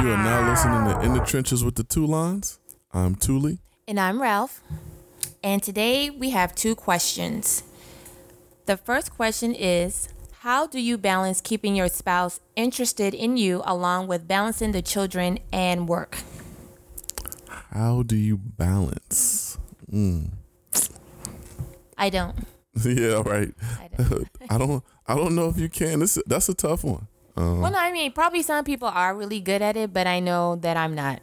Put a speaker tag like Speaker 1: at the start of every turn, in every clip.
Speaker 1: You are now listening to In the Trenches with the Two Lines. I'm Thule.
Speaker 2: And I'm Ralph. And today we have two questions. The first question is How do you balance keeping your spouse interested in you along with balancing the children and work?
Speaker 1: How do you balance? Mm.
Speaker 2: I don't.
Speaker 1: yeah, all right.
Speaker 2: I don't.
Speaker 1: I don't. I don't know if you can. This that's a tough one. Um,
Speaker 2: well, no, I mean, probably some people are really good at it, but I know that I'm not.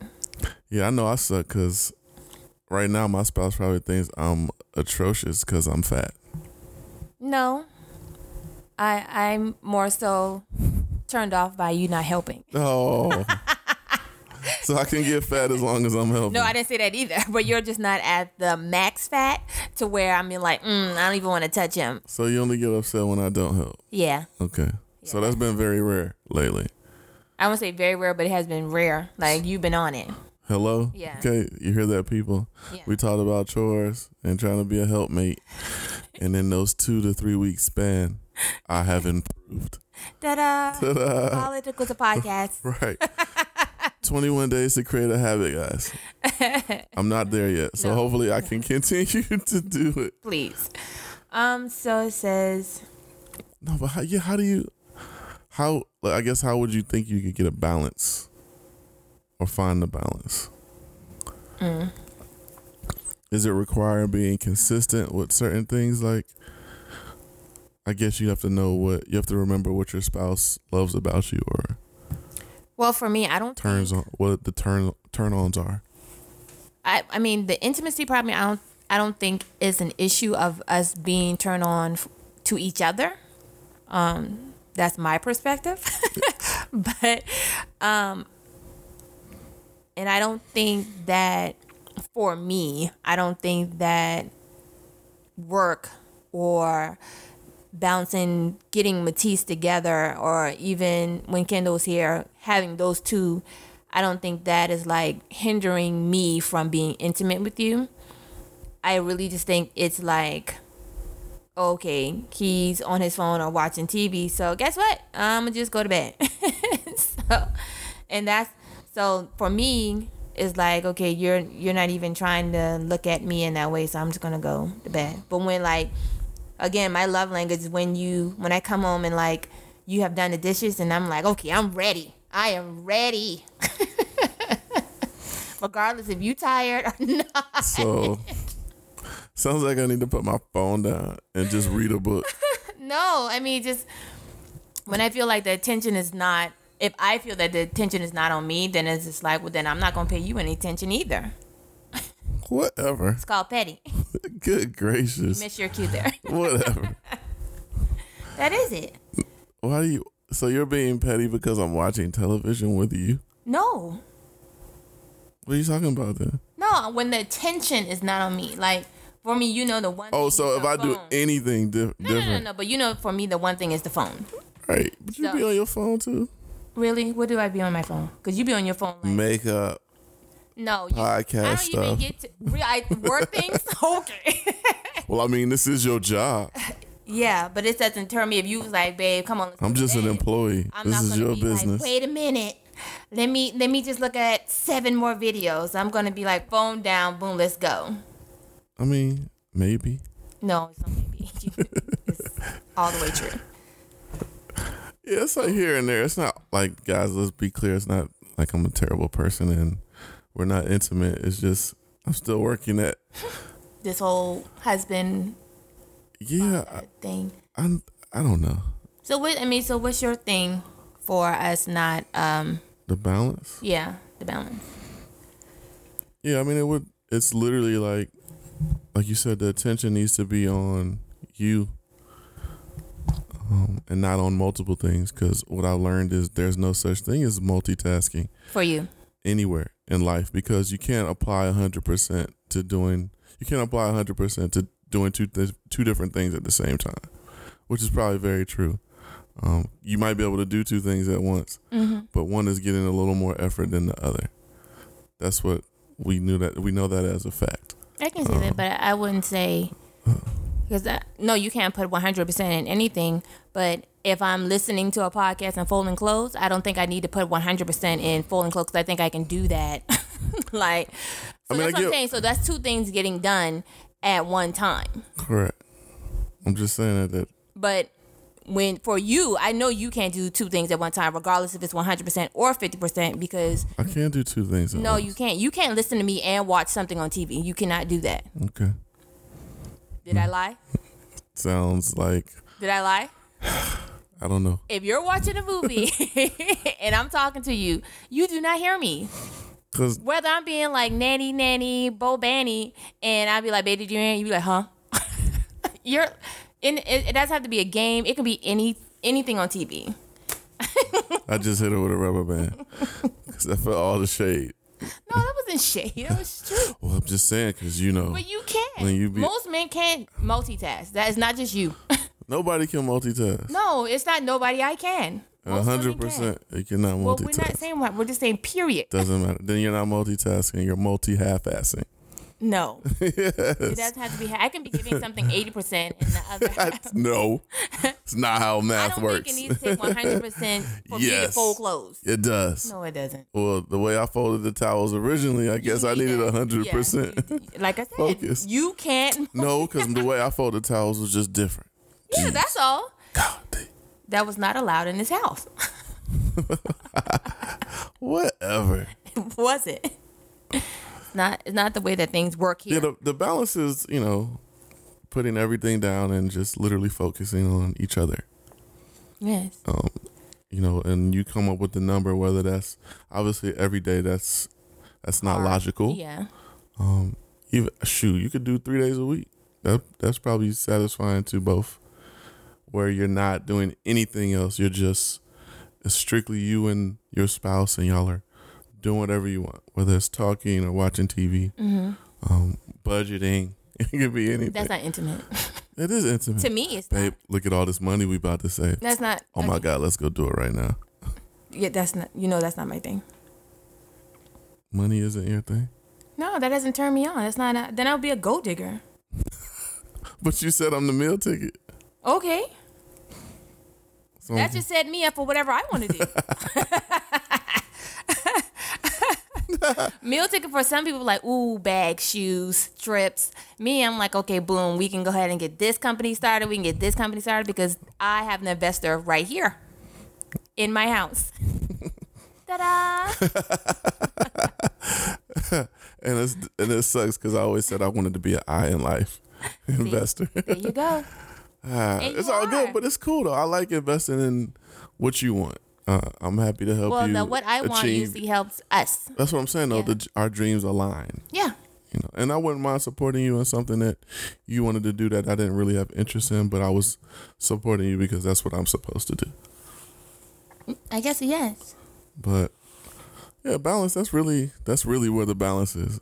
Speaker 1: Yeah, I know I suck because right now my spouse probably thinks I'm atrocious because I'm fat.
Speaker 2: No. I I'm more so turned off by you not helping.
Speaker 1: Oh. so I can get fat as long as I'm healthy.
Speaker 2: No, I didn't say that either. But you're just not at the max fat to where I'm mean, like, mm, I don't even want to touch him.
Speaker 1: so you only get upset when I don't help.
Speaker 2: Yeah,
Speaker 1: Okay. So that's been very rare lately.
Speaker 2: I won't say very rare, but it has been rare. Like you've been on it.
Speaker 1: Hello?
Speaker 2: Yeah.
Speaker 1: Okay, you hear that, people?
Speaker 2: Yeah.
Speaker 1: We talked about chores and trying to be a helpmate. and in those two to three week span, I have improved.
Speaker 2: Ta-da!
Speaker 1: Ta-da.
Speaker 2: Political to podcast.
Speaker 1: Right. 21 days to create a habit, guys. I'm not there yet. So hopefully I can continue to do it.
Speaker 2: Please. Um. So it says.
Speaker 1: No, but how, yeah, how do you, how, like, I guess, how would you think you could get a balance or find the balance?
Speaker 2: Mm.
Speaker 1: Is it require being consistent with certain things? Like, I guess you have to know what, you have to remember what your spouse loves about you or
Speaker 2: Well, for me, I don't
Speaker 1: turns on, what the turn, turn ons are.
Speaker 2: I, I mean the intimacy problem I don't I don't think is an issue of us being turned on f- to each other. Um, that's my perspective, but um, and I don't think that for me, I don't think that work or balancing getting Matisse together or even when Kendall's here, having those two, I don't think that is like hindering me from being intimate with you. I really just think it's like okay, he's on his phone or watching TV, so guess what? I'ma just go to bed. so and that's so for me it's like okay you're you're not even trying to look at me in that way so i'm just gonna go to bed but when like again my love language is when you when i come home and like you have done the dishes and i'm like okay i'm ready i am ready regardless if you tired or not
Speaker 1: So sounds like I need to put my phone down and just read a book.
Speaker 2: no i mean just when i feel like the attention is not if i feel that the attention is not on me then it's just like well then i'm not gonna pay you any attention either
Speaker 1: Whatever.
Speaker 2: it's called petty
Speaker 1: Good gracious.
Speaker 2: miss your cue there
Speaker 1: Whatever.
Speaker 2: that is it
Speaker 1: Why do you? So you're being petty because I'm watching television with you?
Speaker 2: no
Speaker 1: What are you talking about then?
Speaker 2: No, when the attention is not on me, like for me, you know the one.
Speaker 1: Oh,
Speaker 2: thing
Speaker 1: so
Speaker 2: is
Speaker 1: if
Speaker 2: the
Speaker 1: I do
Speaker 2: phone.
Speaker 1: anything di-
Speaker 2: no, no,
Speaker 1: different,
Speaker 2: no, no, but you know, for me, the one thing is the phone.
Speaker 1: right? But you
Speaker 2: So-
Speaker 1: be on your phone too.
Speaker 2: Really, what do I be on my phone? Cause you be on your phone. Like,
Speaker 1: Makeup,
Speaker 2: no, you, I don't
Speaker 1: Mm, podcast
Speaker 2: even
Speaker 1: stuff.
Speaker 2: get to real I, work things. Okay.
Speaker 1: Well, I mean, this is your job.
Speaker 2: yeah, but it doesn't turn me if you was like, babe, come on. let's
Speaker 1: I'm
Speaker 2: go to
Speaker 1: just an
Speaker 2: bed."
Speaker 1: employee.
Speaker 2: I'm
Speaker 1: this
Speaker 2: not
Speaker 1: is
Speaker 2: gonna
Speaker 1: your
Speaker 2: be like,
Speaker 1: business.
Speaker 2: Wait a minute. Let me let me just look at seven more videos. I'm gonna be like, phone down, boom, let's go.
Speaker 1: I mean, maybe.
Speaker 2: No, it's not maybe. it's all the way true.
Speaker 1: Yeah, it's like here and there. It's not like guys. Let's be clear. It's not like I'm a terrible person and we're not intimate. It's just I'm still working at.
Speaker 2: This whole husband
Speaker 1: Yeah, I,
Speaker 2: thing.
Speaker 1: I'm. I don't know
Speaker 2: So what I mean, so what's your thing for us not um
Speaker 1: the balance.
Speaker 2: yeah, the balance.
Speaker 1: Yeah, I mean it would. It's literally like, like you said, the attention needs to be on you, um, and not on multiple things. Because what I learned is there's no such thing as multitasking.
Speaker 2: For you.
Speaker 1: anywhere in life because you can't apply 100% to doing you can't apply 100% to doing two th- two different things at the same time which is probably very true um, you might be able to do two things at once but one is getting a little more effort than the other that's what we knew that we know that as a fact
Speaker 2: I can see that, but I wouldn't say because no, you can't put one hundred percent in anything. But if I'm listening to a podcast and folding clothes, I don't think I need to put 100% in folding clothes because I think I can do that. like, so
Speaker 1: mean, I
Speaker 2: that's what
Speaker 1: get-
Speaker 2: I'm saying. So that's two things getting done at one time.
Speaker 1: Correct. I'm just saying that, that
Speaker 2: But when for you, I know you can't do two things at one time, regardless if it's 100% or 50%, because
Speaker 1: I can't do two things. At
Speaker 2: no,
Speaker 1: once.
Speaker 2: you can't. You can't listen to me and watch something on TV. You cannot do that.
Speaker 1: Okay.
Speaker 2: Did I lie?
Speaker 1: Sounds like
Speaker 2: Did I lie?
Speaker 1: I don't know.
Speaker 2: If you're watching a movie and I'm talking to you, you do not hear me.
Speaker 1: Cause
Speaker 2: Whether I'm being like nanny, nanny, bo banny, and I'd be like, baby, did you hear? You be like, huh? you're, and it, it doesn't have to be a game. It can be any anything on TV.
Speaker 1: I just hit her with a rubber band. Cause I felt all the shade.
Speaker 2: No, that wasn't shade. That was true.
Speaker 1: Well, I'm just saying, cause you know,
Speaker 2: But you can't.
Speaker 1: When you be-
Speaker 2: Most men can't multitask. That is not just you.
Speaker 1: nobody can multitask.
Speaker 2: No, it's not nobody. I can.
Speaker 1: A
Speaker 2: Most women
Speaker 1: hundred
Speaker 2: can.
Speaker 1: percent, you cannot
Speaker 2: Well,
Speaker 1: multitask.
Speaker 2: we're not saying what. We're just saying period.
Speaker 1: Doesn't matter. Then you're not multitasking. You're multi-half-assing.
Speaker 2: No. It doesn't have to be. I can be giving something eighty percent and the other.
Speaker 1: That's- no, it's not how
Speaker 2: I
Speaker 1: math
Speaker 2: don't
Speaker 1: works.
Speaker 2: think it needs to take one hundred percent for me to
Speaker 1: Yes.
Speaker 2: fold clothes.
Speaker 1: It does.
Speaker 2: No, it doesn't.
Speaker 1: Well, the way I folded the towels originally, I guess I
Speaker 2: need
Speaker 1: needed
Speaker 2: that.
Speaker 1: a hundred
Speaker 2: Yeah,
Speaker 1: percent.
Speaker 2: you- Like I said,
Speaker 1: Focus.
Speaker 2: you can't.
Speaker 1: No, because the way I folded towels was just different.
Speaker 2: Yeah, that's all.
Speaker 1: God, damn.
Speaker 2: That was not allowed in this house,
Speaker 1: whatever.
Speaker 2: was it? It's not. It's not the way that things work
Speaker 1: Yeah,
Speaker 2: here.
Speaker 1: the, the balance is, you know, putting everything down and just literally focusing on each other.
Speaker 2: yes.
Speaker 1: Um, you know, and you come up with the number, whether that's obviously every day. That's that's not
Speaker 2: Hard.
Speaker 1: logical.
Speaker 2: Yeah.
Speaker 1: Um, even shoot, you could do three days a week. That that's probably satisfying to both, where you're not doing anything else. You're just it's strictly you and your spouse, and y'all are doing whatever you want, whether it's talking or watching TV, um, budgeting. It could be anything.
Speaker 2: Mm-hmm. That's not intimate.
Speaker 1: it is intimate.
Speaker 2: to me, it's
Speaker 1: Babe, look at all this money we about to save.
Speaker 2: That's not.
Speaker 1: Oh my God, let's go do it right now.
Speaker 2: Yeah, that's not. You know, that's not my thing.
Speaker 1: Money isn't your thing.
Speaker 2: No, that doesn't turn me on. That's not. Then I'll be a gold digger.
Speaker 1: But you said I'm the meal ticket.
Speaker 2: Okay,
Speaker 1: So
Speaker 2: that just set me up for whatever I want to do. Meal ticket for some people like ooh bag shoes trips. Me, I'm like okay, boom, we can go ahead and get this company started. We can get this company started because I have an investor right here in my house. Ta da!
Speaker 1: and it's and it sucks because I always said I wanted to be an I in life investor.
Speaker 2: There you go.
Speaker 1: Ah,
Speaker 2: And
Speaker 1: it's
Speaker 2: you
Speaker 1: all
Speaker 2: are.
Speaker 1: good, but it's cool though. I like investing in what you want. Uh, I'm happy to help
Speaker 2: Well,
Speaker 1: you.
Speaker 2: the what I want
Speaker 1: achieve-
Speaker 2: usually helps us.
Speaker 1: That's what I'm saying though.
Speaker 2: Yeah.
Speaker 1: The, our dreams align.
Speaker 2: Yeah.
Speaker 1: You know, and I wouldn't mind supporting you in something that you wanted to do that I didn't really have interest in, but I was supporting you because that's what I'm supposed to do.
Speaker 2: I guess yes.
Speaker 1: But yeah, balance. That's really that's really where the balance is.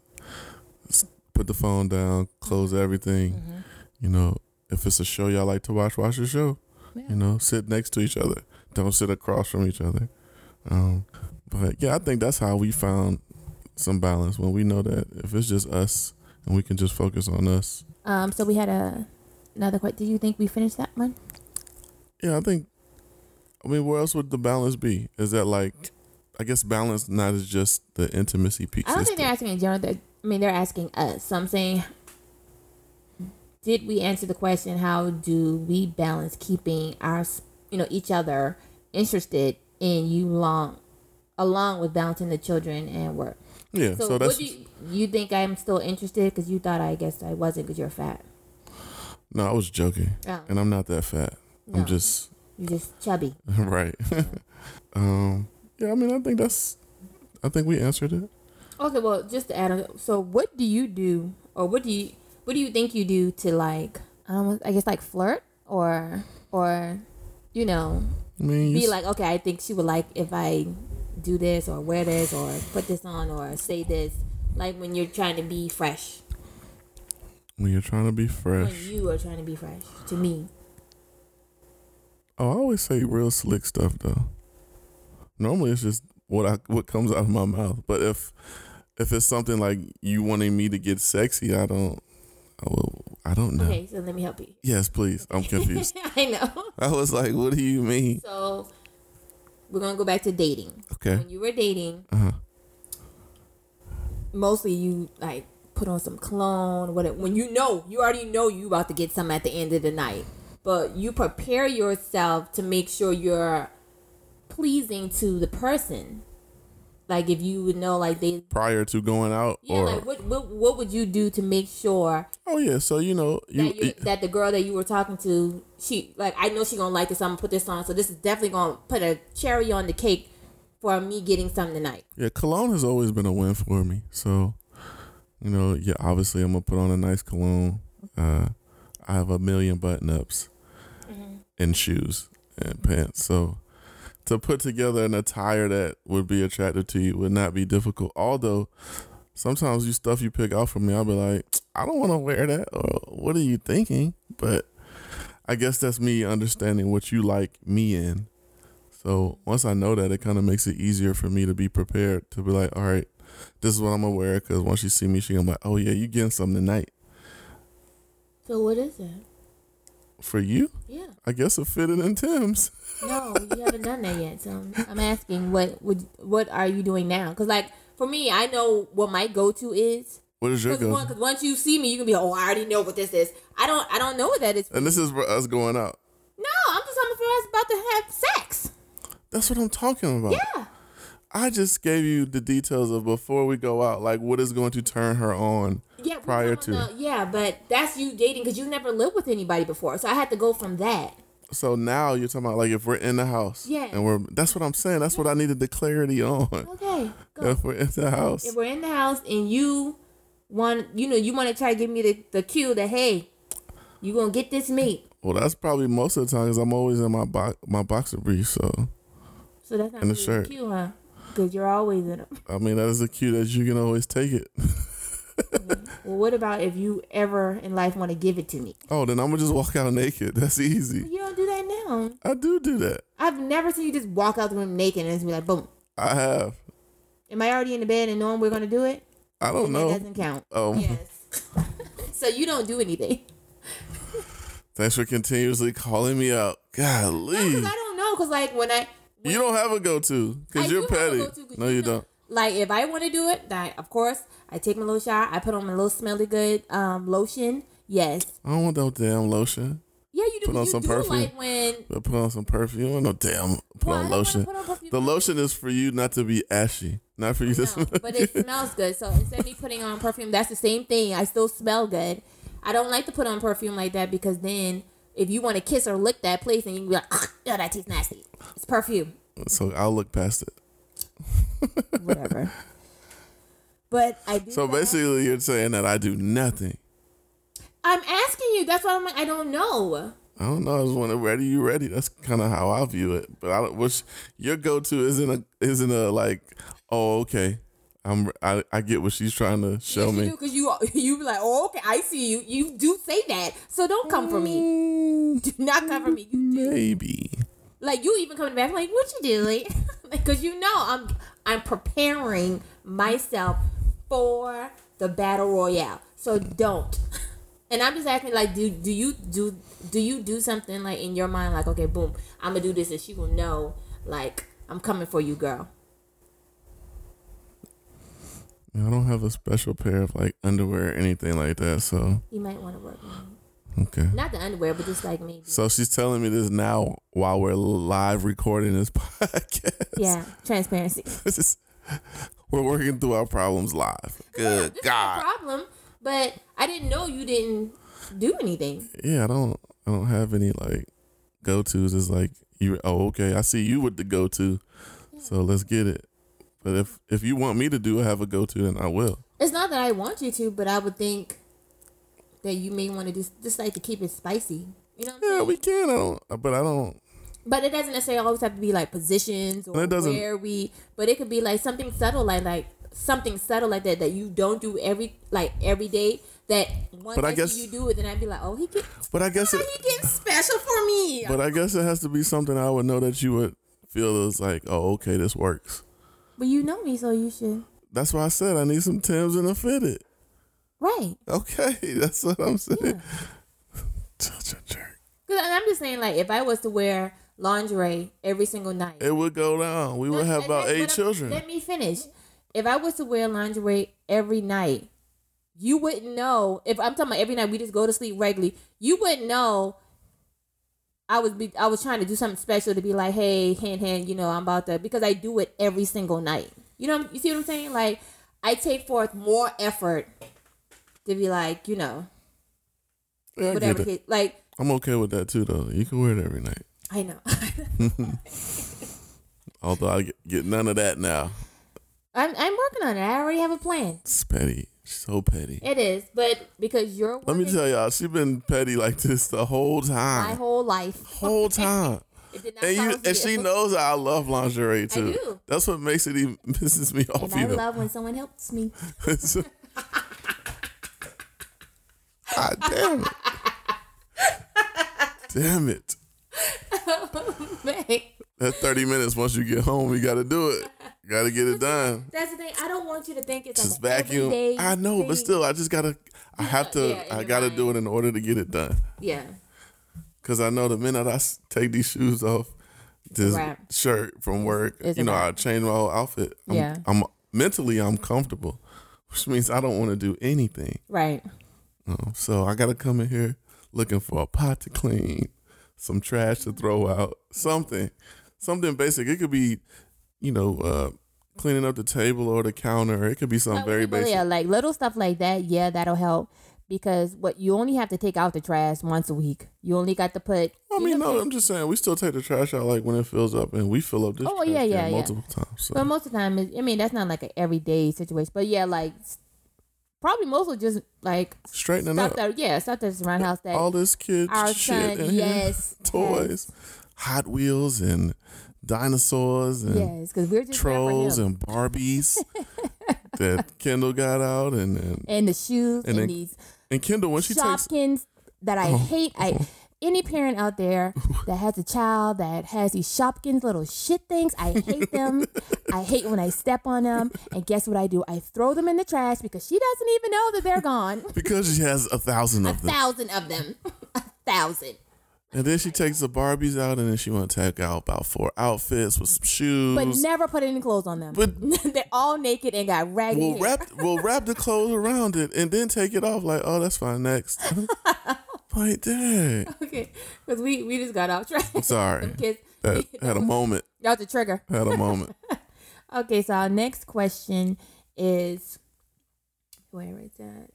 Speaker 1: S- Put the phone down, close
Speaker 3: Mm-hmm.
Speaker 1: everything. You know, if it's a show y'all like to watch, watch the show. You know, sit next to each other. Don't sit across from each other. Um, but yeah, I think that's how we found some balance when we know that if it's just us and we can just focus on us.
Speaker 2: Um. So we had a another question. Do you think we finished that one?
Speaker 1: Yeah, I think. I mean, where else would the balance be? Is that like, I guess balance not is just the intimacy piece.
Speaker 3: I don't
Speaker 1: It's
Speaker 3: think
Speaker 1: the-
Speaker 3: they're asking in general. They're, I mean, they're asking us. So I'm saying, did we answer the question? How do we balance keeping our, s- you know, each other interested in you long, along with balancing the children and work?
Speaker 1: yeah. So,
Speaker 3: So, what
Speaker 1: that's
Speaker 3: do you, you think I'm still interested? Because you thought I guess I wasn't because you're fat.
Speaker 1: No, I was joking.
Speaker 3: Oh.
Speaker 1: And I'm not that fat.
Speaker 3: No.
Speaker 1: I'm just
Speaker 3: You're just chubby.
Speaker 1: right. um yeah, I mean I think that's I think we answered it.
Speaker 3: Okay, well, just to add on. So, what do you do, or what do you, what do you think you do to like, I don't know, I guess like flirt, or, or, you know,
Speaker 1: I mean you
Speaker 3: be
Speaker 1: s-
Speaker 3: like, okay, I think she would like if I do this or wear this or put this on or say this. Like when you're trying to be fresh,
Speaker 1: when you're trying to be
Speaker 3: when
Speaker 1: fresh.
Speaker 3: you are trying to be fresh to me.
Speaker 1: Oh, I always say real slick stuff though. Normally it's just what I what comes out of my mouth. But if if it's something like you wanting me to get sexy, I don't I will I I don't know.
Speaker 2: Okay, so let me help you.
Speaker 1: Yes, please. I'm confused.
Speaker 2: I know.
Speaker 1: I was like, what do you mean?
Speaker 2: So we're gonna go back to dating.
Speaker 1: Okay.
Speaker 2: When you were dating,
Speaker 1: Uh huh.
Speaker 2: mostly you like put on some cologne. What when you know you already know you about to get some at the end of the night, but you prepare yourself to make sure you're pleasing to the person. Like if you would know, like they.
Speaker 1: Prior to going out,
Speaker 2: Yeah,
Speaker 1: or
Speaker 2: like what, what what would you do to make sure
Speaker 1: oh yeah, so you know you,
Speaker 2: that, you, that the girl that you were talking to, she like I know she gonna like this. I'm gonna put this on. So this is definitely gonna put a cherry on the cake for me getting some tonight.
Speaker 1: yeah, cologne has always been a win for me. So you know, yeah, obviously I'm gonna put on a nice cologne. Uh, I have a million button ups and shoes and pants. So to put together an attire that would be attractive to you would not be difficult. Although sometimes you stuff you pick out for me, I'll be like, I don't want to wear that, or what are you thinking? But I guess that's me understanding what you like me in. So once I know that, it kind of makes it easier for me to be prepared to be like, all right, this is what I'm gonna wear. Because once she see me, she gonna be like, oh yeah, you getting something tonight
Speaker 2: So what is it?
Speaker 1: for you?
Speaker 2: Yeah,
Speaker 1: I guess it fitted in Tim's.
Speaker 2: no, you haven't done that yet. So I'm asking, what would what are you doing now? Because like for me, I know what my go to is.
Speaker 1: What is your
Speaker 2: Because
Speaker 1: go?
Speaker 2: once you see me, you can be, oh, I already know what this is. I don't, I don't know what that is.
Speaker 1: And this is for us going out.
Speaker 2: No, I'm just talking for us about to have sex.
Speaker 1: That's what I'm talking about.
Speaker 2: Yeah.
Speaker 1: I just gave you the details of before we go out, like what is going to turn her on.
Speaker 2: yeah, we
Speaker 1: prior
Speaker 2: don't know-
Speaker 1: to.
Speaker 2: yeah, but that's you dating because you never lived with anybody before, so I had to go from that.
Speaker 1: So now you're talking about like if we're in the house,
Speaker 2: Yeah.
Speaker 1: and we're that's what I'm saying. That's what I needed the clarity on.
Speaker 2: Okay, go.
Speaker 1: If we're in the house,
Speaker 2: If we're in the house and you want, you know, you want to try to give me the, the cue that hey, you gonna get this meat.
Speaker 1: well, that's probably most of the time 'cause I'm always in my bo- my boxer briefs. So
Speaker 2: So that's not
Speaker 1: And the
Speaker 2: really
Speaker 1: shirt.
Speaker 2: a cue, huh? Because you're always in them.
Speaker 1: I mean, that is a cue that you can always take it.
Speaker 2: Well, what about if you ever in life want to give it to me?
Speaker 1: oh, then I'm gonna just walk out naked. That's easy.
Speaker 2: You don't do that now.
Speaker 1: I do do that.
Speaker 2: I've never seen you just walk out the room naked and just be like, boom.
Speaker 1: I have.
Speaker 2: Am I already in the bed and knowing we're gonna do it?
Speaker 1: I don't
Speaker 2: That
Speaker 1: know.
Speaker 2: doesn't count.
Speaker 1: Um,
Speaker 2: Yes. so you don't do anything.
Speaker 1: Thanks for continuously calling me out. Golly,
Speaker 2: Because I don't know. Because like when I
Speaker 1: you don't have a go-to
Speaker 2: I
Speaker 1: because you're
Speaker 2: do have a
Speaker 1: petty.
Speaker 2: go-to 'cause
Speaker 1: no,
Speaker 2: you
Speaker 1: you
Speaker 2: know-
Speaker 1: don't.
Speaker 2: like if I want to do it, that of course I take my little shower. I put on my little smelly good um lotion. Yes.
Speaker 1: I don't want no damn lotion.
Speaker 2: Yeah, you do.
Speaker 1: Put on
Speaker 2: you
Speaker 1: some
Speaker 2: do
Speaker 1: perfume.
Speaker 2: like when.
Speaker 1: I put on some perfume. I don't want no damn put
Speaker 2: Well, I
Speaker 1: on
Speaker 2: don't wanna
Speaker 1: lotion.
Speaker 2: put on perfume.
Speaker 1: the lotion is for you not to be ashy, not for you to
Speaker 2: No,
Speaker 1: smell.
Speaker 2: but it smells good. So instead of me putting on perfume, that's the same thing. I still smell good. I don't like to put on perfume like that because then if you want to kiss or lick that place, and you can be like, oh, that tastes nasty. It's perfume.
Speaker 1: so I'll look past it.
Speaker 2: Whatever. But I do.
Speaker 1: So
Speaker 2: feel-
Speaker 1: basically, you're saying that I do nothing.
Speaker 2: I'm asking you. That's why I'm like, I don't know.
Speaker 1: I don't know. I just want to ready you ready. That's kind of how I view it. But I don't. Which your go to isn't a isn't a like. Oh, okay. I'm. I, I get what she's trying to show
Speaker 2: yes,
Speaker 1: me.
Speaker 2: You do, cause you you be like, oh, okay, I see you. You do say that, so don't come for me.
Speaker 1: Mm,
Speaker 2: Do not come for me. You do.
Speaker 1: Maybe.
Speaker 2: Like you even coming back, like what you doing? Because you know I'm I'm preparing myself for the battle royale. So don't. And I'm just asking, like, do do you do do you do something like in your mind, like, okay, boom, I'm gonna do this, and she will know, like, I'm coming for you, girl.
Speaker 1: I don't have a special pair of like underwear or anything like that. So
Speaker 2: You might want to work on it.
Speaker 1: okay.
Speaker 2: not the underwear, but just like maybe,
Speaker 1: So she's telling me this now while we're live recording this podcast.
Speaker 2: yeah, transparency.
Speaker 1: This is- we're working through our problems live. Good
Speaker 2: This is a
Speaker 1: God.
Speaker 2: problem, but I didn't know you didn't do anything.
Speaker 1: Yeah, I don't I don't have any like go tos. It's like you oh okay, I see you with the go to. So let's get it. But if if you want me to do have a go to then I will.
Speaker 2: It's not that I want you to, but I would think that you may want to do just like to keep it spicy. You know what I'm
Speaker 1: Yeah,
Speaker 2: saying?
Speaker 1: we can. I don't but I don't
Speaker 2: but it doesn't necessarily always have to be like positions or
Speaker 1: It doesn't-
Speaker 2: where we. But it could be like something subtle, like like something subtle like that that you don't do every like every day. That once
Speaker 1: But I
Speaker 2: I,
Speaker 1: guess-
Speaker 2: see you do it, then I'd be like, oh, he get,
Speaker 1: but I guess
Speaker 2: oh,
Speaker 1: it
Speaker 2: he getting special for me. But,
Speaker 1: but I guess it has to be something I would know that you would feel is like, oh okay, this works.
Speaker 2: you know me, so you should.
Speaker 1: That's why I said I need some Tim's and a fitted.
Speaker 2: Right.
Speaker 1: Okay, that's what I'm saying. Such a jerk.
Speaker 2: Cause and I'm just saying, like, if I was to wear lingerie every single night,
Speaker 1: It would go down. We would have
Speaker 2: And
Speaker 1: about
Speaker 2: that's
Speaker 1: eight
Speaker 2: what I'm-
Speaker 1: children.
Speaker 2: Let me finish. If I was to wear lingerie every night, you wouldn't know. If I'm talking about every night, we just go to sleep regularly. You wouldn't know. I was be, I was trying to do something special to be like, hey, hand hand, you know, I'm about to because I do it every single night. You know, you see what I'm saying? Like, I take forth more effort to be like, you know,
Speaker 1: Yeah, I get
Speaker 2: whatever.
Speaker 1: it.
Speaker 2: Kid, like,
Speaker 1: I'm okay with that too, though. You can wear it every night.
Speaker 2: I know.
Speaker 1: Although I get, get none of that now.
Speaker 2: I'm I'm working on it. I already have a plan.
Speaker 1: It's petty. So petty.
Speaker 2: It is, but because you're
Speaker 1: Let me
Speaker 2: working
Speaker 1: tell y'all, she been petty like this the whole
Speaker 2: my
Speaker 1: time.
Speaker 2: whole life.
Speaker 1: Whole time.
Speaker 2: It did not
Speaker 1: And you
Speaker 2: sound
Speaker 1: and she
Speaker 2: good.
Speaker 1: knows that I love lingerie too.
Speaker 2: do.
Speaker 1: That's what makes it even pisses me off
Speaker 2: And I
Speaker 1: even.
Speaker 2: love when someone helps me.
Speaker 1: God damn it. Damn it.
Speaker 2: That's
Speaker 1: That 30 minutes once you get home, you gotta do it. Gotta get it done.
Speaker 2: the thing. I don't want you to think it's
Speaker 1: Just
Speaker 2: like an
Speaker 1: vacuum.
Speaker 2: everyday
Speaker 1: I know, but
Speaker 2: thing.
Speaker 1: still I just gotta I have to
Speaker 2: yeah, in
Speaker 1: I
Speaker 2: your
Speaker 1: gotta
Speaker 2: mind.
Speaker 1: do it in order to get it done.
Speaker 2: Yeah.
Speaker 1: Cause I know the minute I s- take these shoes off, this
Speaker 2: wrap.
Speaker 1: shirt from work,
Speaker 2: It's
Speaker 1: you
Speaker 2: a
Speaker 1: know, I
Speaker 2: wrap.
Speaker 1: change my whole outfit. I'm,
Speaker 2: Yeah.
Speaker 1: I'm mentally I'm comfortable, which means I don't want to do anything.
Speaker 2: Right.
Speaker 1: you know. So I gotta come in here looking for a pot to clean, some trash to throw out, something, something basic. It could be, you know, uh, cleaning up the table or the counter. It could be something very
Speaker 2: Well,
Speaker 1: basic.
Speaker 2: yeah, like little stuff like that. Yeah, that'll help because what you only have to take out the trash once a week. You only got to put.
Speaker 1: I
Speaker 2: you
Speaker 1: mean,
Speaker 2: know,
Speaker 1: no, I'm just saying we still take the trash out like when it fills up, and we fill up this
Speaker 2: Oh,
Speaker 1: trash
Speaker 2: yeah,
Speaker 1: can
Speaker 2: yeah, yeah.
Speaker 1: multiple times. So.
Speaker 2: But most of the time, it's, I mean, that's not like an everyday situation. But yeah, like s- probably mostly just like
Speaker 1: Straightening
Speaker 2: stuff
Speaker 1: up.
Speaker 2: that yeah stuff that's around house that
Speaker 1: all this kid
Speaker 2: our
Speaker 1: shit
Speaker 2: son,
Speaker 1: and
Speaker 2: yes,
Speaker 1: toys, Hot Wheels and dinosaurs and
Speaker 2: yes because we're just there for
Speaker 1: trolls
Speaker 2: him.
Speaker 1: and Barbies that Kendall got out and and,
Speaker 2: and the shoes
Speaker 1: And
Speaker 2: and,
Speaker 1: then
Speaker 2: these
Speaker 1: and Kendall when Oh, she takes Oh.
Speaker 2: Shopkins that I hate. I any parent out there that has a child that has these Shopkins little shit things, I hate them. I hate when I step on them. And guess what I do? I throw them in the trash because she doesn't even know that they're gone.
Speaker 1: because she has a thousand
Speaker 2: a
Speaker 1: of them,
Speaker 2: thousand of them. A thousand.
Speaker 1: and then she takes the Barbies out and then she want to take out about four outfits with some shoes.
Speaker 2: But never put any clothes on them.
Speaker 1: But-
Speaker 2: they're all naked and got raggedy.
Speaker 1: We'll
Speaker 2: hair.
Speaker 1: wrap we'll wrap the clothes around it and then take it off like oh that's fine next like dang
Speaker 2: okay. Because we, we just got off track.
Speaker 1: I'm sorry
Speaker 2: Kids,
Speaker 1: that had a moment
Speaker 2: that was a trigger.
Speaker 1: had a moment
Speaker 2: Okay, so our next question is where is that?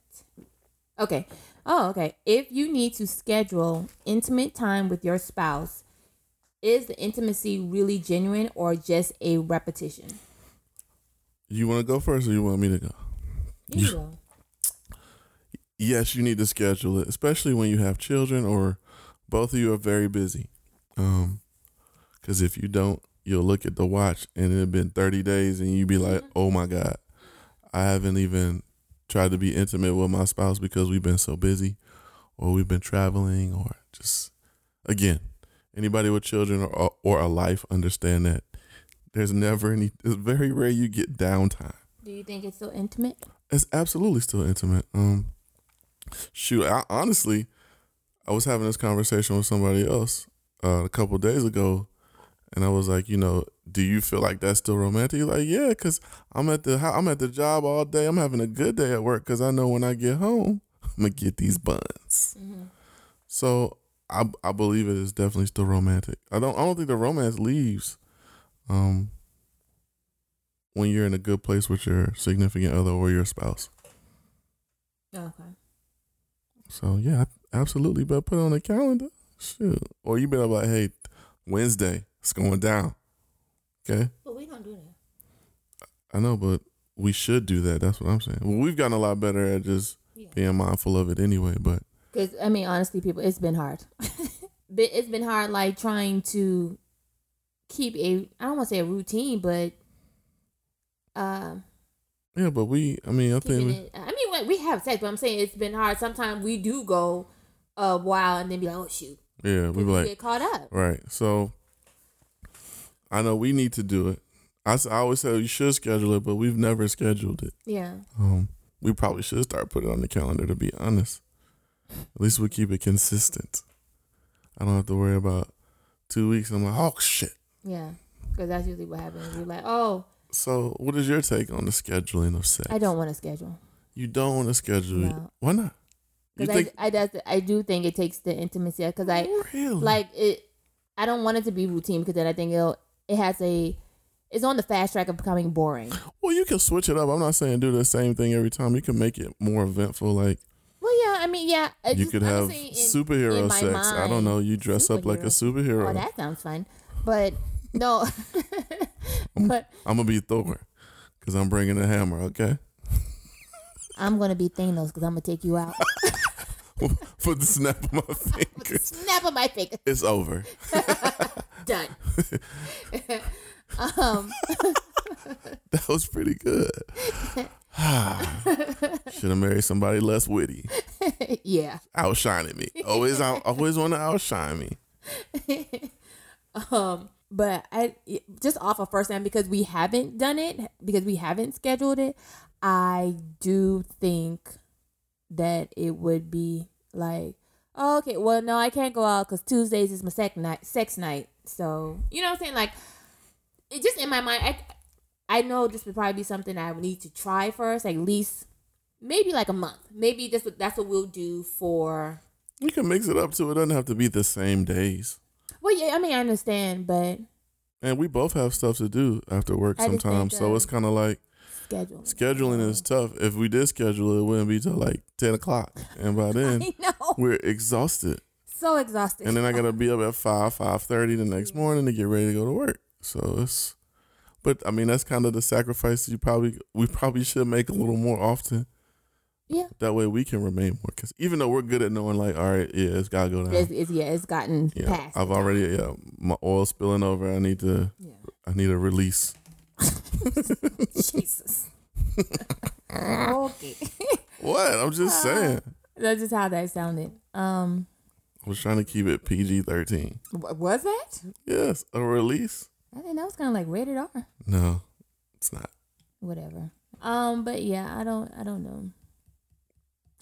Speaker 2: Okay. Oh, okay. If you need to schedule intimate time with your spouse, is the intimacy really genuine or just a repetition?
Speaker 1: You want to go first or you want me to go?
Speaker 2: Here you go.
Speaker 1: Yes, you need to schedule it, especially when you have children or both of you are very busy. Um, because if you don't, you'll look at the watch and it had been 30 days and you'd be like, oh my God, I haven't even tried to be intimate with my spouse because we've been so busy or we've been traveling or just, again, anybody with children or, or a life understand that there's never any, it's very rare you get downtime.
Speaker 2: Do you think it's still intimate?
Speaker 1: It's absolutely still intimate. Um, shoot, I, honestly, I was having this conversation with somebody else uh, a couple days ago, and I was like, you know, do you feel like that's still romantic? He's like, yeah, cause I'm at the ho- I'm at the job all day. I'm having a good day at work, cause I know when I get home, I'm gonna get these buns.
Speaker 2: Mm-hmm.
Speaker 1: So I I believe it is definitely still romantic. I don't I don't think the romance leaves. Um, when you're in a good place with your significant other or your spouse.
Speaker 2: Oh, Okay.
Speaker 1: So yeah, absolutely. But put it on the calendar, shoot, or you better be like, hey, Wednesday, it's going down. Okay,
Speaker 2: But we don't do that.
Speaker 1: I know, but we should do that. That's what I'm saying. Well, we've gotten a lot better at just being mindful of it anyway. But
Speaker 2: Because, I mean, honestly, people, it's been hard. but it's been hard, like, trying to keep a, I don't want to say a routine, but um,
Speaker 1: yeah, but we, I mean, I think
Speaker 2: keeping
Speaker 1: we,
Speaker 2: it. I mean, like, we have sex, but I'm saying it's been hard. Sometimes we do go a while and then be like, oh shoot,
Speaker 1: yeah, we
Speaker 2: we
Speaker 1: be like,
Speaker 2: get caught up.
Speaker 1: right. So I know we need to do it. I, s- I always say you should schedule it, but we've never scheduled it.
Speaker 2: Yeah,
Speaker 1: Um, we probably should start putting it on the calendar to be honest. At least we keep it consistent. I don't have to worry about two weeks and I'm like, oh shit.
Speaker 2: Yeah, because that's usually what happens. You're like, oh,
Speaker 1: So what is your take on the scheduling of sex?
Speaker 2: I don't want to schedule.
Speaker 1: You don't want to schedule it.
Speaker 2: No.
Speaker 1: Why not? You
Speaker 2: Because
Speaker 1: think
Speaker 2: I, I, does- I do think it takes the intimacy because I
Speaker 1: really?
Speaker 2: like it. I don't want it to be routine because then I think it'll it has a it's on the fast track of becoming boring.
Speaker 1: Well, you can switch it up. I'm not saying do the same thing every time. You can make it more eventful. Like
Speaker 2: Well, yeah, I mean, yeah, I
Speaker 1: you
Speaker 2: just-
Speaker 1: could
Speaker 2: I'm
Speaker 1: have
Speaker 2: saying in-
Speaker 1: superhero
Speaker 2: in my
Speaker 1: sex. I don't
Speaker 2: mind-
Speaker 1: know. You dress up like a superhero.
Speaker 2: Oh, that sounds fun, but no, but
Speaker 1: I'm gonna be Thor because I'm bringing a hammer. Okay,
Speaker 2: I'm gonna be Thanos because I'm gonna take you out.
Speaker 1: for the snap of my finger,
Speaker 2: Snap of my finger,
Speaker 1: it's over.
Speaker 2: done. um,
Speaker 1: That was pretty good. Should have married somebody less witty,
Speaker 2: yeah.
Speaker 1: outshining me. Always, out, always want to outshine me.
Speaker 2: Um, but I just off of first hand because we haven't done it because we haven't scheduled it. I do think that it would be like, oh, okay, well, no, I can't go out because Tuesdays is my sex night. Sex night, so you know what I'm saying. Like, it just in my mind, I I know this would probably be something I would need to try first, at least maybe like a month. Maybe this that's what we'll do for.
Speaker 1: You can mix it up too. It doesn't have to be the same days.
Speaker 2: Well, yeah, I mean, I understand, but
Speaker 1: And we both have stuff to do after work
Speaker 2: I just think
Speaker 1: sometimes. So
Speaker 2: that-
Speaker 1: it's kind of like
Speaker 2: schedule.
Speaker 1: scheduling is tough. If we did schedule it, it wouldn't be till like 10 o'clock. And by then,
Speaker 2: I know.
Speaker 1: we're exhausted.
Speaker 2: so exhausted.
Speaker 1: And then I got to be up at 5, 5.30 the next
Speaker 2: Mm-hmm.
Speaker 1: morning to get ready to go to work. So it's, but I mean, that's kind of the sacrifice you probably, we probably should make a little more often.
Speaker 2: Yeah.
Speaker 1: That way we can remain more. Because even though we're good at knowing like, all right, yeah, it's got to go down.
Speaker 2: It's, it's, yeah, it's gotten
Speaker 1: yeah,
Speaker 2: past.
Speaker 1: I've already, yeah, my oil spilling over. I need to,
Speaker 2: yeah.
Speaker 1: I need a release.
Speaker 2: Jesus. okay.
Speaker 1: What? I'm just saying.
Speaker 2: That's just how that sounded. Um,
Speaker 1: I was trying to keep it PG 13.
Speaker 2: wha- was that?
Speaker 1: Yes, a release?
Speaker 2: I think that was kind of like rated R.
Speaker 1: No, it's not.
Speaker 2: Whatever. Um, but yeah, I don't, I don't know.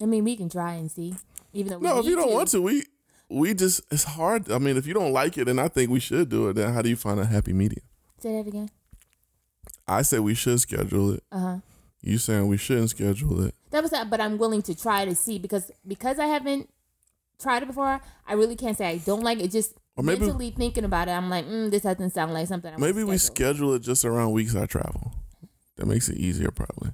Speaker 2: I mean, we can try and see. Even though we
Speaker 1: No, if
Speaker 2: need
Speaker 1: you don't want to, we we just it's hard. I mean, if you don't like it, then I think we should do it. Then how do you find a happy medium?
Speaker 2: say that again.
Speaker 1: I say we should schedule it.
Speaker 2: Uh huh.
Speaker 1: You saying we shouldn't schedule it?
Speaker 2: That was that, but I'm willing to try to see because because I haven't tried it before. I really can't say I don't like it. Just
Speaker 1: Or maybe-
Speaker 2: mentally thinking about it, I'm like, mm, this doesn't sound like something. I'm
Speaker 1: Maybe we schedule it just around weeks I travel. That makes it easier, probably.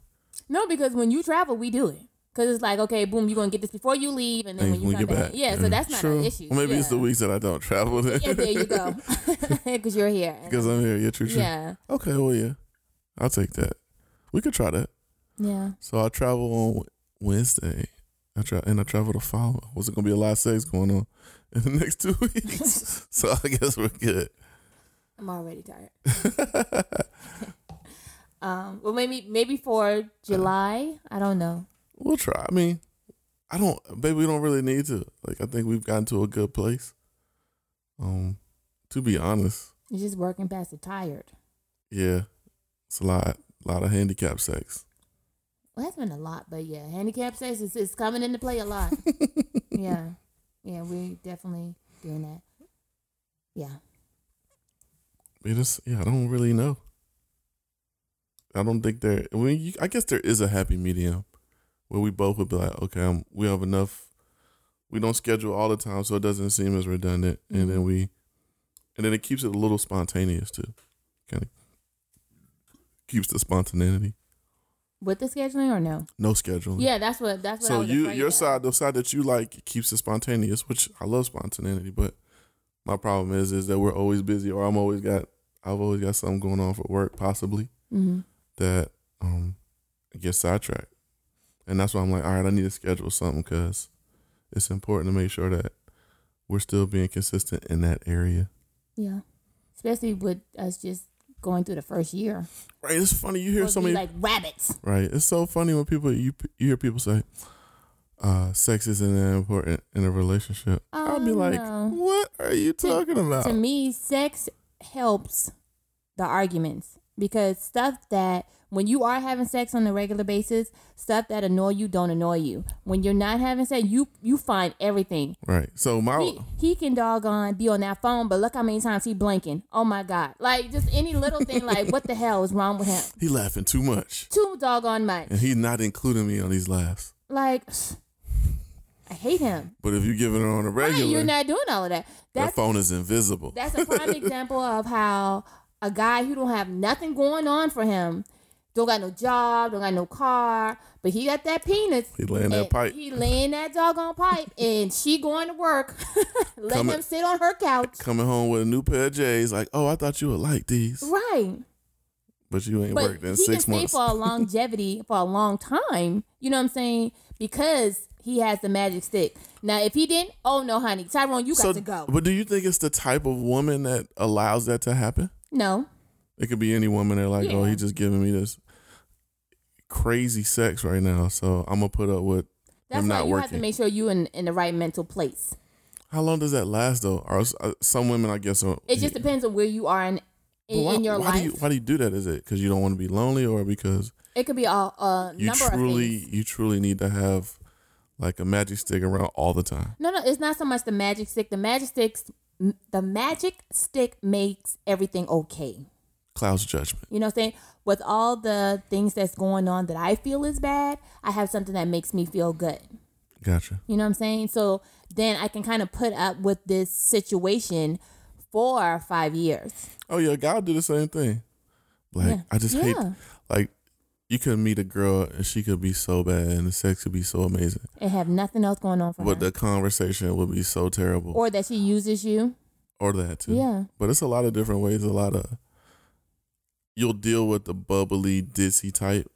Speaker 2: No, because when you travel, we do it. Cause it's like, okay, boom, you're gonna get this before you leave, and then when you
Speaker 1: we
Speaker 2: come back, yeah. So that's not an issue.
Speaker 1: Well, maybe it's the
Speaker 2: Yeah.
Speaker 1: weeks that I don't travel then.
Speaker 2: Yeah, there you go. Because you're here.
Speaker 1: Because I'm here. Yeah, true, true.
Speaker 2: Yeah,
Speaker 1: Okay, well, yeah. I'll take that. We could try that.
Speaker 2: yeah.
Speaker 1: So I travel on Wednesday. I try and I travel to follow. Was it gonna be a lot of sex going on in the next two weeks? so I guess we're good.
Speaker 2: I'm already tired. Um, well, maybe maybe for July, I don't know.
Speaker 1: we'll try. I mean, I don't. Baby, we don't really need to. Like I think we've gotten to a good place. Um, to be honest,
Speaker 2: It's just working past the tired.
Speaker 1: yeah, it's a lot, lot of handicap sex.
Speaker 2: Well, that's been a lot, but yeah, handicap sex is, is coming into play a lot. yeah, yeah, we definitely doing that. Yeah,
Speaker 1: It is. Yeah, I don't really know. I don't think there. I mean, you, I guess there is a happy medium where we both would be like, okay, um we have enough. We don't schedule all the time, so it doesn't seem as redundant, and then we, and then it keeps it a little spontaneous too, kind of keeps the spontaneity.
Speaker 2: with the scheduling or no?
Speaker 1: No scheduling.
Speaker 2: Yeah, that's what that's what. I
Speaker 1: Oh, So
Speaker 2: was
Speaker 1: you
Speaker 2: afraid
Speaker 1: your
Speaker 2: of.
Speaker 1: side, the side that you like, keeps it spontaneous, which I love spontaneity. But my problem is, is that we're always busy, or I'm always got, I've always got something going on for work, possibly
Speaker 2: Mhm.
Speaker 1: that um gets sidetracked, and that's why I'm like, all right, I need to schedule something because it's important to make sure that we're still being consistent in that area.
Speaker 2: Yeah, especially with us just going through the first year.
Speaker 1: Right? It's funny you hear
Speaker 2: We'll
Speaker 1: so
Speaker 2: be
Speaker 1: many.
Speaker 2: like rabbits.
Speaker 1: right? It's so funny when people you you hear people say, uh, "Sex isn't that important in a relationship." I'll be
Speaker 2: Oh,
Speaker 1: like,
Speaker 2: no.
Speaker 1: "What are you talking about?"
Speaker 2: To me, sex helps the arguments. because stuff that when you are having sex on a regular basis, stuff that annoy you don't annoy you. When you're not having sex, you you find everything.
Speaker 1: Right. So my
Speaker 2: He, he can doggone be on that phone, but look how many times he blinking. Oh my god! Like just any little thing, like what the hell is wrong with him?
Speaker 1: he laughing too much,
Speaker 2: Too doggone much.
Speaker 1: and he's not including me on these laughs.
Speaker 2: Like I hate him.
Speaker 1: But if you giving her on a
Speaker 2: Right,
Speaker 1: regular,
Speaker 2: you're not doing all of that.
Speaker 1: that
Speaker 2: That's
Speaker 1: phone is invisible.
Speaker 2: that's a prime example of how a guy who don't have nothing going on for him, don't got no job, don't got no car, but he got that penis.
Speaker 1: He laying that
Speaker 2: and
Speaker 1: pipe.
Speaker 2: He laying that doggone pipe, and she going to work. Let
Speaker 1: Coming-
Speaker 2: him sit on her couch.
Speaker 1: Coming home with a new pair of J's, like, oh, I thought you would like these,
Speaker 2: Right.
Speaker 1: but you ain't
Speaker 2: But
Speaker 1: worked in
Speaker 2: he
Speaker 1: six
Speaker 2: can
Speaker 1: months.
Speaker 2: stay for a longevity for a long time. You know what I'm saying? Because he has the magic stick. Now, if he didn't, oh no, honey, Tyrone, you got
Speaker 1: so,
Speaker 2: to go.
Speaker 1: but do you think it's the type of woman that allows that to happen?
Speaker 2: no,
Speaker 1: It could be any woman. They're like, oh,
Speaker 2: Yeah.
Speaker 1: he just giving me this crazy sex right now, so I'm gonna put up with
Speaker 2: that's
Speaker 1: him
Speaker 2: why
Speaker 1: not
Speaker 2: you
Speaker 1: working.
Speaker 2: have to make sure you in in the right mental place.
Speaker 1: How long does that last though? Or s- uh, some women, I guess, are,
Speaker 2: It just depends on where you are in
Speaker 1: But
Speaker 2: in,
Speaker 1: why,
Speaker 2: in your
Speaker 1: why
Speaker 2: life.
Speaker 1: Do you, why do you do that? Is it because you don't want to be lonely, or because
Speaker 2: it could be a, a
Speaker 1: you
Speaker 2: number of
Speaker 1: truly
Speaker 2: things.
Speaker 1: you truly need to have like a magic stick around all the time?
Speaker 2: No, no, it's not so much the magic stick. The magic sticks, the magic stick makes everything okay.
Speaker 1: Clouds judgment.
Speaker 2: You know what I'm saying? With all the things that's going on that I feel is bad, I have something that makes me feel good.
Speaker 1: Gotcha.
Speaker 2: You know what I'm saying? So then I can kind of put up with this situation for five years.
Speaker 1: Oh yeah, God do the same thing. Like
Speaker 2: Yeah.
Speaker 1: I just hate
Speaker 2: Yeah.
Speaker 1: like you could meet a girl and she could be so bad and the sex could be so amazing,
Speaker 2: And have nothing else going on for
Speaker 1: but
Speaker 2: her.
Speaker 1: the conversation would be so terrible, or,
Speaker 2: or that she uses you.
Speaker 1: that too.
Speaker 2: Yeah.
Speaker 1: But it's a lot of different ways. A lot of you'll deal with the bubbly ditzy type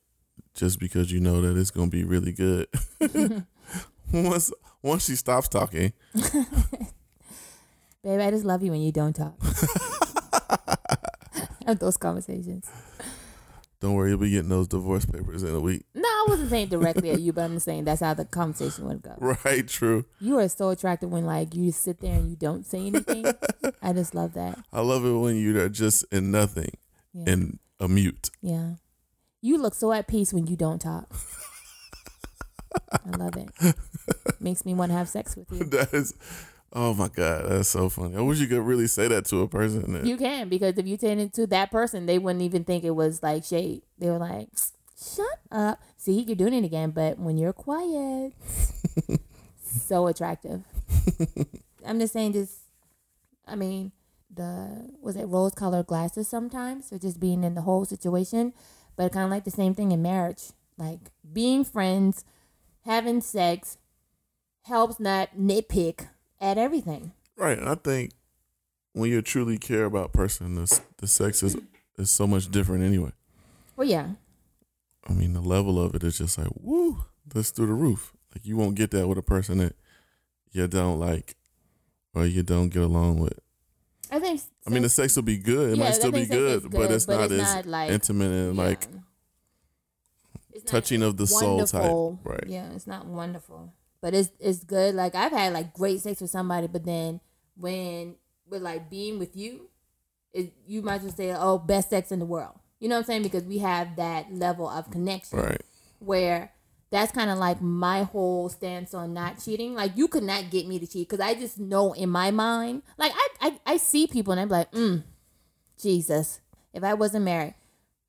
Speaker 1: just because you know that it's gonna be really good. once once she stops talking,
Speaker 2: Babe, I just love you when you don't talk. Have those conversations.
Speaker 1: don't worry, you'll be getting those divorce papers in a week.
Speaker 2: No, I wasn't saying directly at you, but I'm just saying that's how the conversation would go.
Speaker 1: Right? True.
Speaker 2: You are so attractive when like you just sit there and you don't say anything. I just love that.
Speaker 1: I love it when you are just in nothing
Speaker 2: Yeah.
Speaker 1: and a mute.
Speaker 2: yeah. You look so at peace when you don't talk. I love it. Makes me want to have sex with you.
Speaker 1: that is, oh my god, that's so funny. I wish you could really say that to a person. That,
Speaker 2: You can because if you tend it to that person, they wouldn't even think it was like shade. They were like, "Shut up." See, you're doing it again. But when you're quiet, so attractive. I'm just saying, just I mean, the was it rose-colored glasses sometimes, or just being in the whole situation. But kind of like the same thing in marriage, like being friends, having sex, helps not nitpick at everything.
Speaker 1: right. And I think when you truly care about a person, the s- the sex is is so much different anyway.
Speaker 2: Well, yeah,
Speaker 1: I mean, the level of it is just like woo, that's through the roof. Like you won't get that with a person that you don't like or you don't get along with.
Speaker 2: I think.
Speaker 1: I mean, the sex will be good. It
Speaker 2: Yeah,
Speaker 1: might
Speaker 2: that
Speaker 1: still be
Speaker 2: makes sense.
Speaker 1: good,
Speaker 2: It's
Speaker 1: but
Speaker 2: good,
Speaker 1: it's
Speaker 2: but
Speaker 1: not
Speaker 2: it's
Speaker 1: as
Speaker 2: not, like-
Speaker 1: intimate and like
Speaker 2: Yeah. It's not
Speaker 1: touching of the soul
Speaker 2: wonderful.
Speaker 1: type, right?
Speaker 2: Yeah, it's not wonderful, but it's it's good. Like I've had like great sex with somebody, but then when we're like being with you, it, you might just say, "Oh, best sex in the world." You know what I'm saying? Because we have that level of connection
Speaker 1: Right.
Speaker 2: where that's kind of like my whole stance on not cheating. Like you could not get me to cheat because I just know in my mind, like I, I I see people and I'm like, mm, Jesus, if I wasn't married,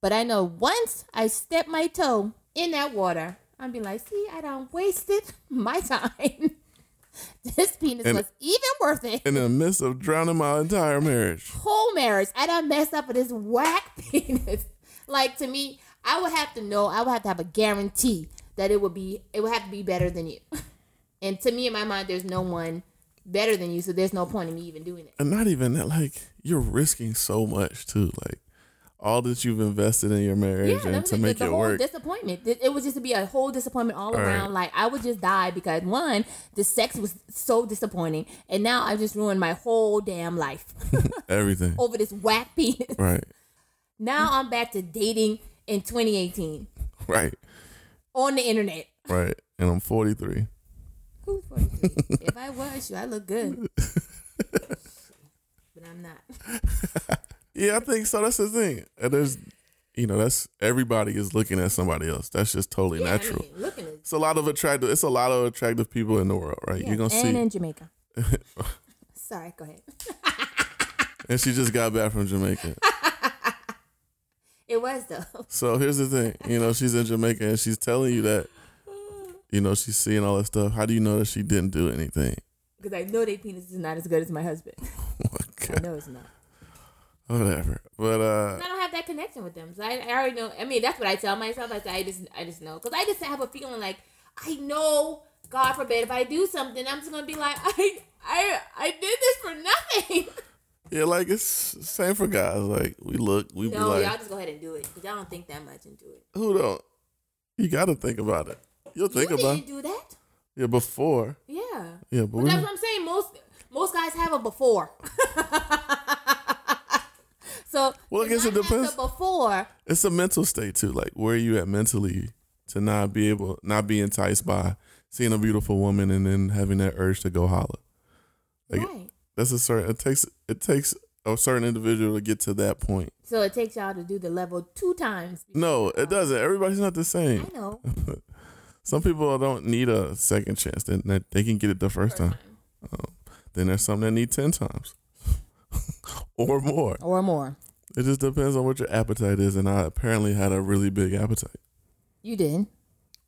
Speaker 2: but I know once I step my toe in that water, I'd be like, see, I don't wasted my time. this penis
Speaker 1: And-
Speaker 2: was even worth it.
Speaker 1: And in the midst of drowning my entire marriage,
Speaker 2: Whole marriage, I done messed up with this whack penis. like to me, I would have to know, I would have to have a guarantee that it would be, it would have to be better than you. and to me, in my mind, there's no one better than you, so there's no point in me even doing it.
Speaker 1: and not even that, like you're risking so much too, like all that you've invested in your marriage
Speaker 2: that
Speaker 1: and
Speaker 2: was
Speaker 1: to
Speaker 2: the-
Speaker 1: make
Speaker 2: the
Speaker 1: it
Speaker 2: whole
Speaker 1: work.
Speaker 2: Disappointment. It, it was just to be a whole disappointment all,
Speaker 1: All right.
Speaker 2: around. Like I would just die because one, the sex was so disappointing, and now I just ruined my whole damn life
Speaker 1: everything,
Speaker 2: over this whack penis.
Speaker 1: right?
Speaker 2: Now I'm back to dating in 2018
Speaker 1: Right.
Speaker 2: on the internet.
Speaker 1: Right. And I'm 43.
Speaker 2: Who's 43? if I was you, I look good. but I'm not.
Speaker 1: Yeah, I think so. That's the thing. And there's you know, that's everybody is looking at somebody else. That's just totally
Speaker 2: Yeah, I
Speaker 1: natural.
Speaker 2: mean, look at it.
Speaker 1: it's a lot of attractive. It's a lot of attractive people in the world, right? You're gonna
Speaker 2: and
Speaker 1: see.
Speaker 2: in Jamaica. Sorry, go ahead.
Speaker 1: and she just got back from Jamaica.
Speaker 2: It was though.
Speaker 1: So here's the thing, you know, she's in Jamaica and she's telling you that, you know, she's seeing all that stuff. How do you know that she didn't do anything?
Speaker 2: Because I know their penis is not as good as my husband. I
Speaker 1: Okay,
Speaker 2: know it's not.
Speaker 1: whatever. But uh,
Speaker 2: I don't have that connection with them, so I, I already know. I mean, that's what I tell myself. I say I just, I just know, because I just have a feeling like I know. God forbid if I do something, I'm just gonna be like, I, I, I did this for nothing.
Speaker 1: yeah, like it's same for guys. Like we look, we be
Speaker 2: no,
Speaker 1: like,
Speaker 2: y'all just go ahead and do it, because y'all don't think that much and do it.
Speaker 1: who don't? You gotta think about it. You'll think
Speaker 2: you
Speaker 1: about
Speaker 2: didn't do that.
Speaker 1: yeah before
Speaker 2: Yeah.
Speaker 1: yeah, but
Speaker 2: But
Speaker 1: we
Speaker 2: that's what I'm saying. Most most guys have a before. so
Speaker 1: Well, I
Speaker 2: if
Speaker 1: guess it
Speaker 2: mine has
Speaker 1: depends.
Speaker 2: a Before
Speaker 1: it's a mental state too. Like where are you at mentally to not be able, not be enticed by seeing a beautiful woman and then having that urge to go holler. Like,
Speaker 2: right.
Speaker 1: that's a certain it takes it takes a certain individual to get to that point
Speaker 2: So it takes y'all to do the level two times.
Speaker 1: no it doesn't everybody's not the
Speaker 2: I
Speaker 1: same
Speaker 2: know.
Speaker 1: some people don't need a second chance they, they- they can get it the first time um, then there's some that need 10 times or more
Speaker 2: Or more.
Speaker 1: it just depends on what your appetite is and i apparently had a really big appetite
Speaker 2: You did.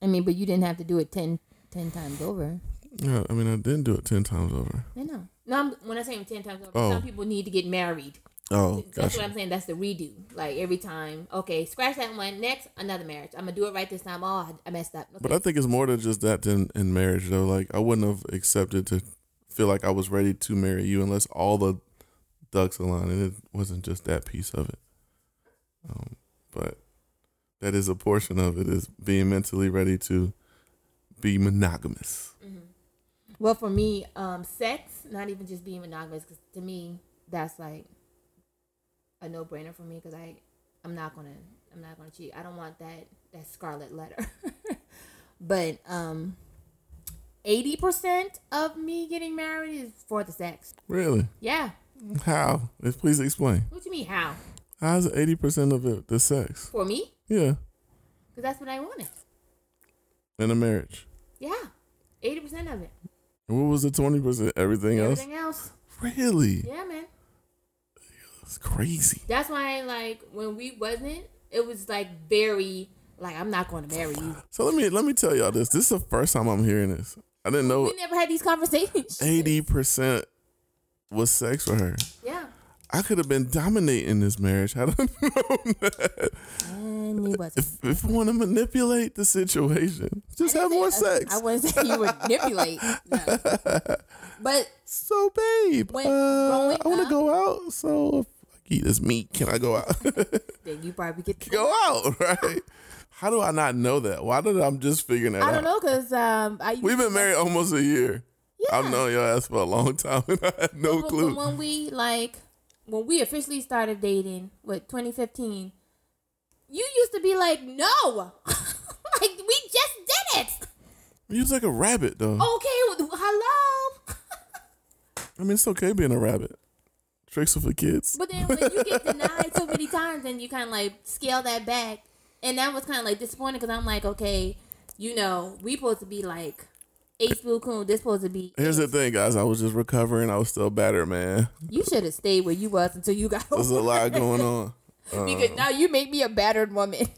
Speaker 2: I mean, but you didn't have to do it 10, 10 times over.
Speaker 1: yeah i mean i didn't do it 10 times over
Speaker 2: I know. No, I'm, when I say I'm 10 times over,
Speaker 1: Oh.
Speaker 2: some people need to get married.
Speaker 1: oh
Speaker 2: That's what
Speaker 1: gotcha
Speaker 2: I'm saying. That's the redo. Like every time, okay, scratch that one. Next, another marriage. I'm going to do it right this time. Oh, I- I messed up.
Speaker 1: but i think it's more than just that than in marriage though like i wouldn't have accepted to feel like i was ready to marry you unless all the ducks aligned and it wasn't just that piece of it um, but that is a portion of it is being mentally ready to be monogamous
Speaker 2: Well, for me, um, sex, not even just being monogamous, 'cause to me, that's like a no brainer for me because I, I'm not gonna, I'm not gonna cheat. I don't want that that scarlet letter. but um, eighty percent of me getting married is for the sex.
Speaker 1: really
Speaker 2: Yeah.
Speaker 1: how please explain
Speaker 2: What you mean? How?
Speaker 1: how's 80% of it the sex
Speaker 2: For me?
Speaker 1: yeah
Speaker 2: Because that's what I wanted.
Speaker 1: in a marriage
Speaker 2: Yeah. Eighty percent of it.
Speaker 1: and what was the 20% everything else
Speaker 2: Everything else.
Speaker 1: really
Speaker 2: Yeah, man.
Speaker 1: it's crazy
Speaker 2: That's why, like, when we wasn't, it was like very, like, I'm not going to marry you.
Speaker 1: so let me let me tell y'all this this is the first time i'm hearing this i didn't know
Speaker 2: We never had these conversations.
Speaker 1: 80% was sex for her
Speaker 2: Yeah.
Speaker 1: I could have been dominating this marriage. I don't know that.
Speaker 2: And he wasn't.
Speaker 1: If, if you want to manipulate the situation, just have more sex.
Speaker 2: I wouldn't say you would manipulate. No. But
Speaker 1: so, babe,
Speaker 2: When
Speaker 1: uh,
Speaker 2: growing
Speaker 1: I want to
Speaker 2: up-
Speaker 1: go out. So, if I eat this meat, can I go out?
Speaker 2: then you probably get to
Speaker 1: go out, right? How do I not know that? Why did I'm just figuring that
Speaker 2: I
Speaker 1: out?
Speaker 2: don't know because um, I used
Speaker 1: We've
Speaker 2: to-
Speaker 1: been married almost a year.
Speaker 2: Yeah.
Speaker 1: I've known your ass for a long time, and I had no
Speaker 2: But
Speaker 1: clue.
Speaker 2: When we like when we officially started dating, what 2015, you used to be like, no, like we just did it.
Speaker 1: You was like a rabbit, though.
Speaker 2: Okay, well, hello.
Speaker 1: I mean, it's okay being a rabbit. Tricks are for kids.
Speaker 2: But then when you get denied so many times, and you kind of like scale that back, and that was kind of like disappointing because I'm like, okay, you know, we supposed to be like eight spoon. This supposed to be.
Speaker 1: Here's the thing, guys. I was just recovering. I was still battered, man.
Speaker 2: You should have stayed where you was until you got
Speaker 1: There's a
Speaker 2: over.
Speaker 1: lot going on. uh,
Speaker 2: Because now you make me a battered woman.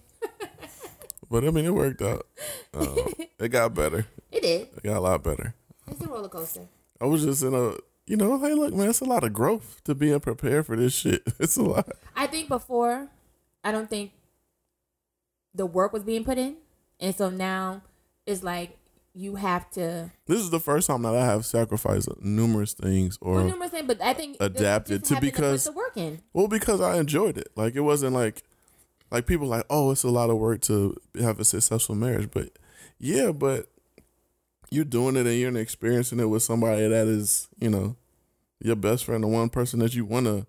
Speaker 1: But I mean, it worked out. Um, it got better.
Speaker 2: It did.
Speaker 1: It got a lot better.
Speaker 2: It's a roller coaster.
Speaker 1: I was just in a, you know, hey, look, man, it's a lot of growth to be unprepared for this shit. It's a lot.
Speaker 2: I think before, I don't think the work was being put in, and so now it's like you have to.
Speaker 1: This is the first time that I have sacrificed numerous things
Speaker 2: Well,
Speaker 1: or,
Speaker 2: numerous things, but I think that you
Speaker 1: Adapted
Speaker 2: just
Speaker 1: to
Speaker 2: having put
Speaker 1: because-
Speaker 2: the work in.
Speaker 1: well, because I enjoyed it. Like, it wasn't like, like people like, oh, it's a lot of work to have a successful marriage. But yeah, but you're doing it and you're experiencing it with somebody that is, you know, your best friend, the one person that you want to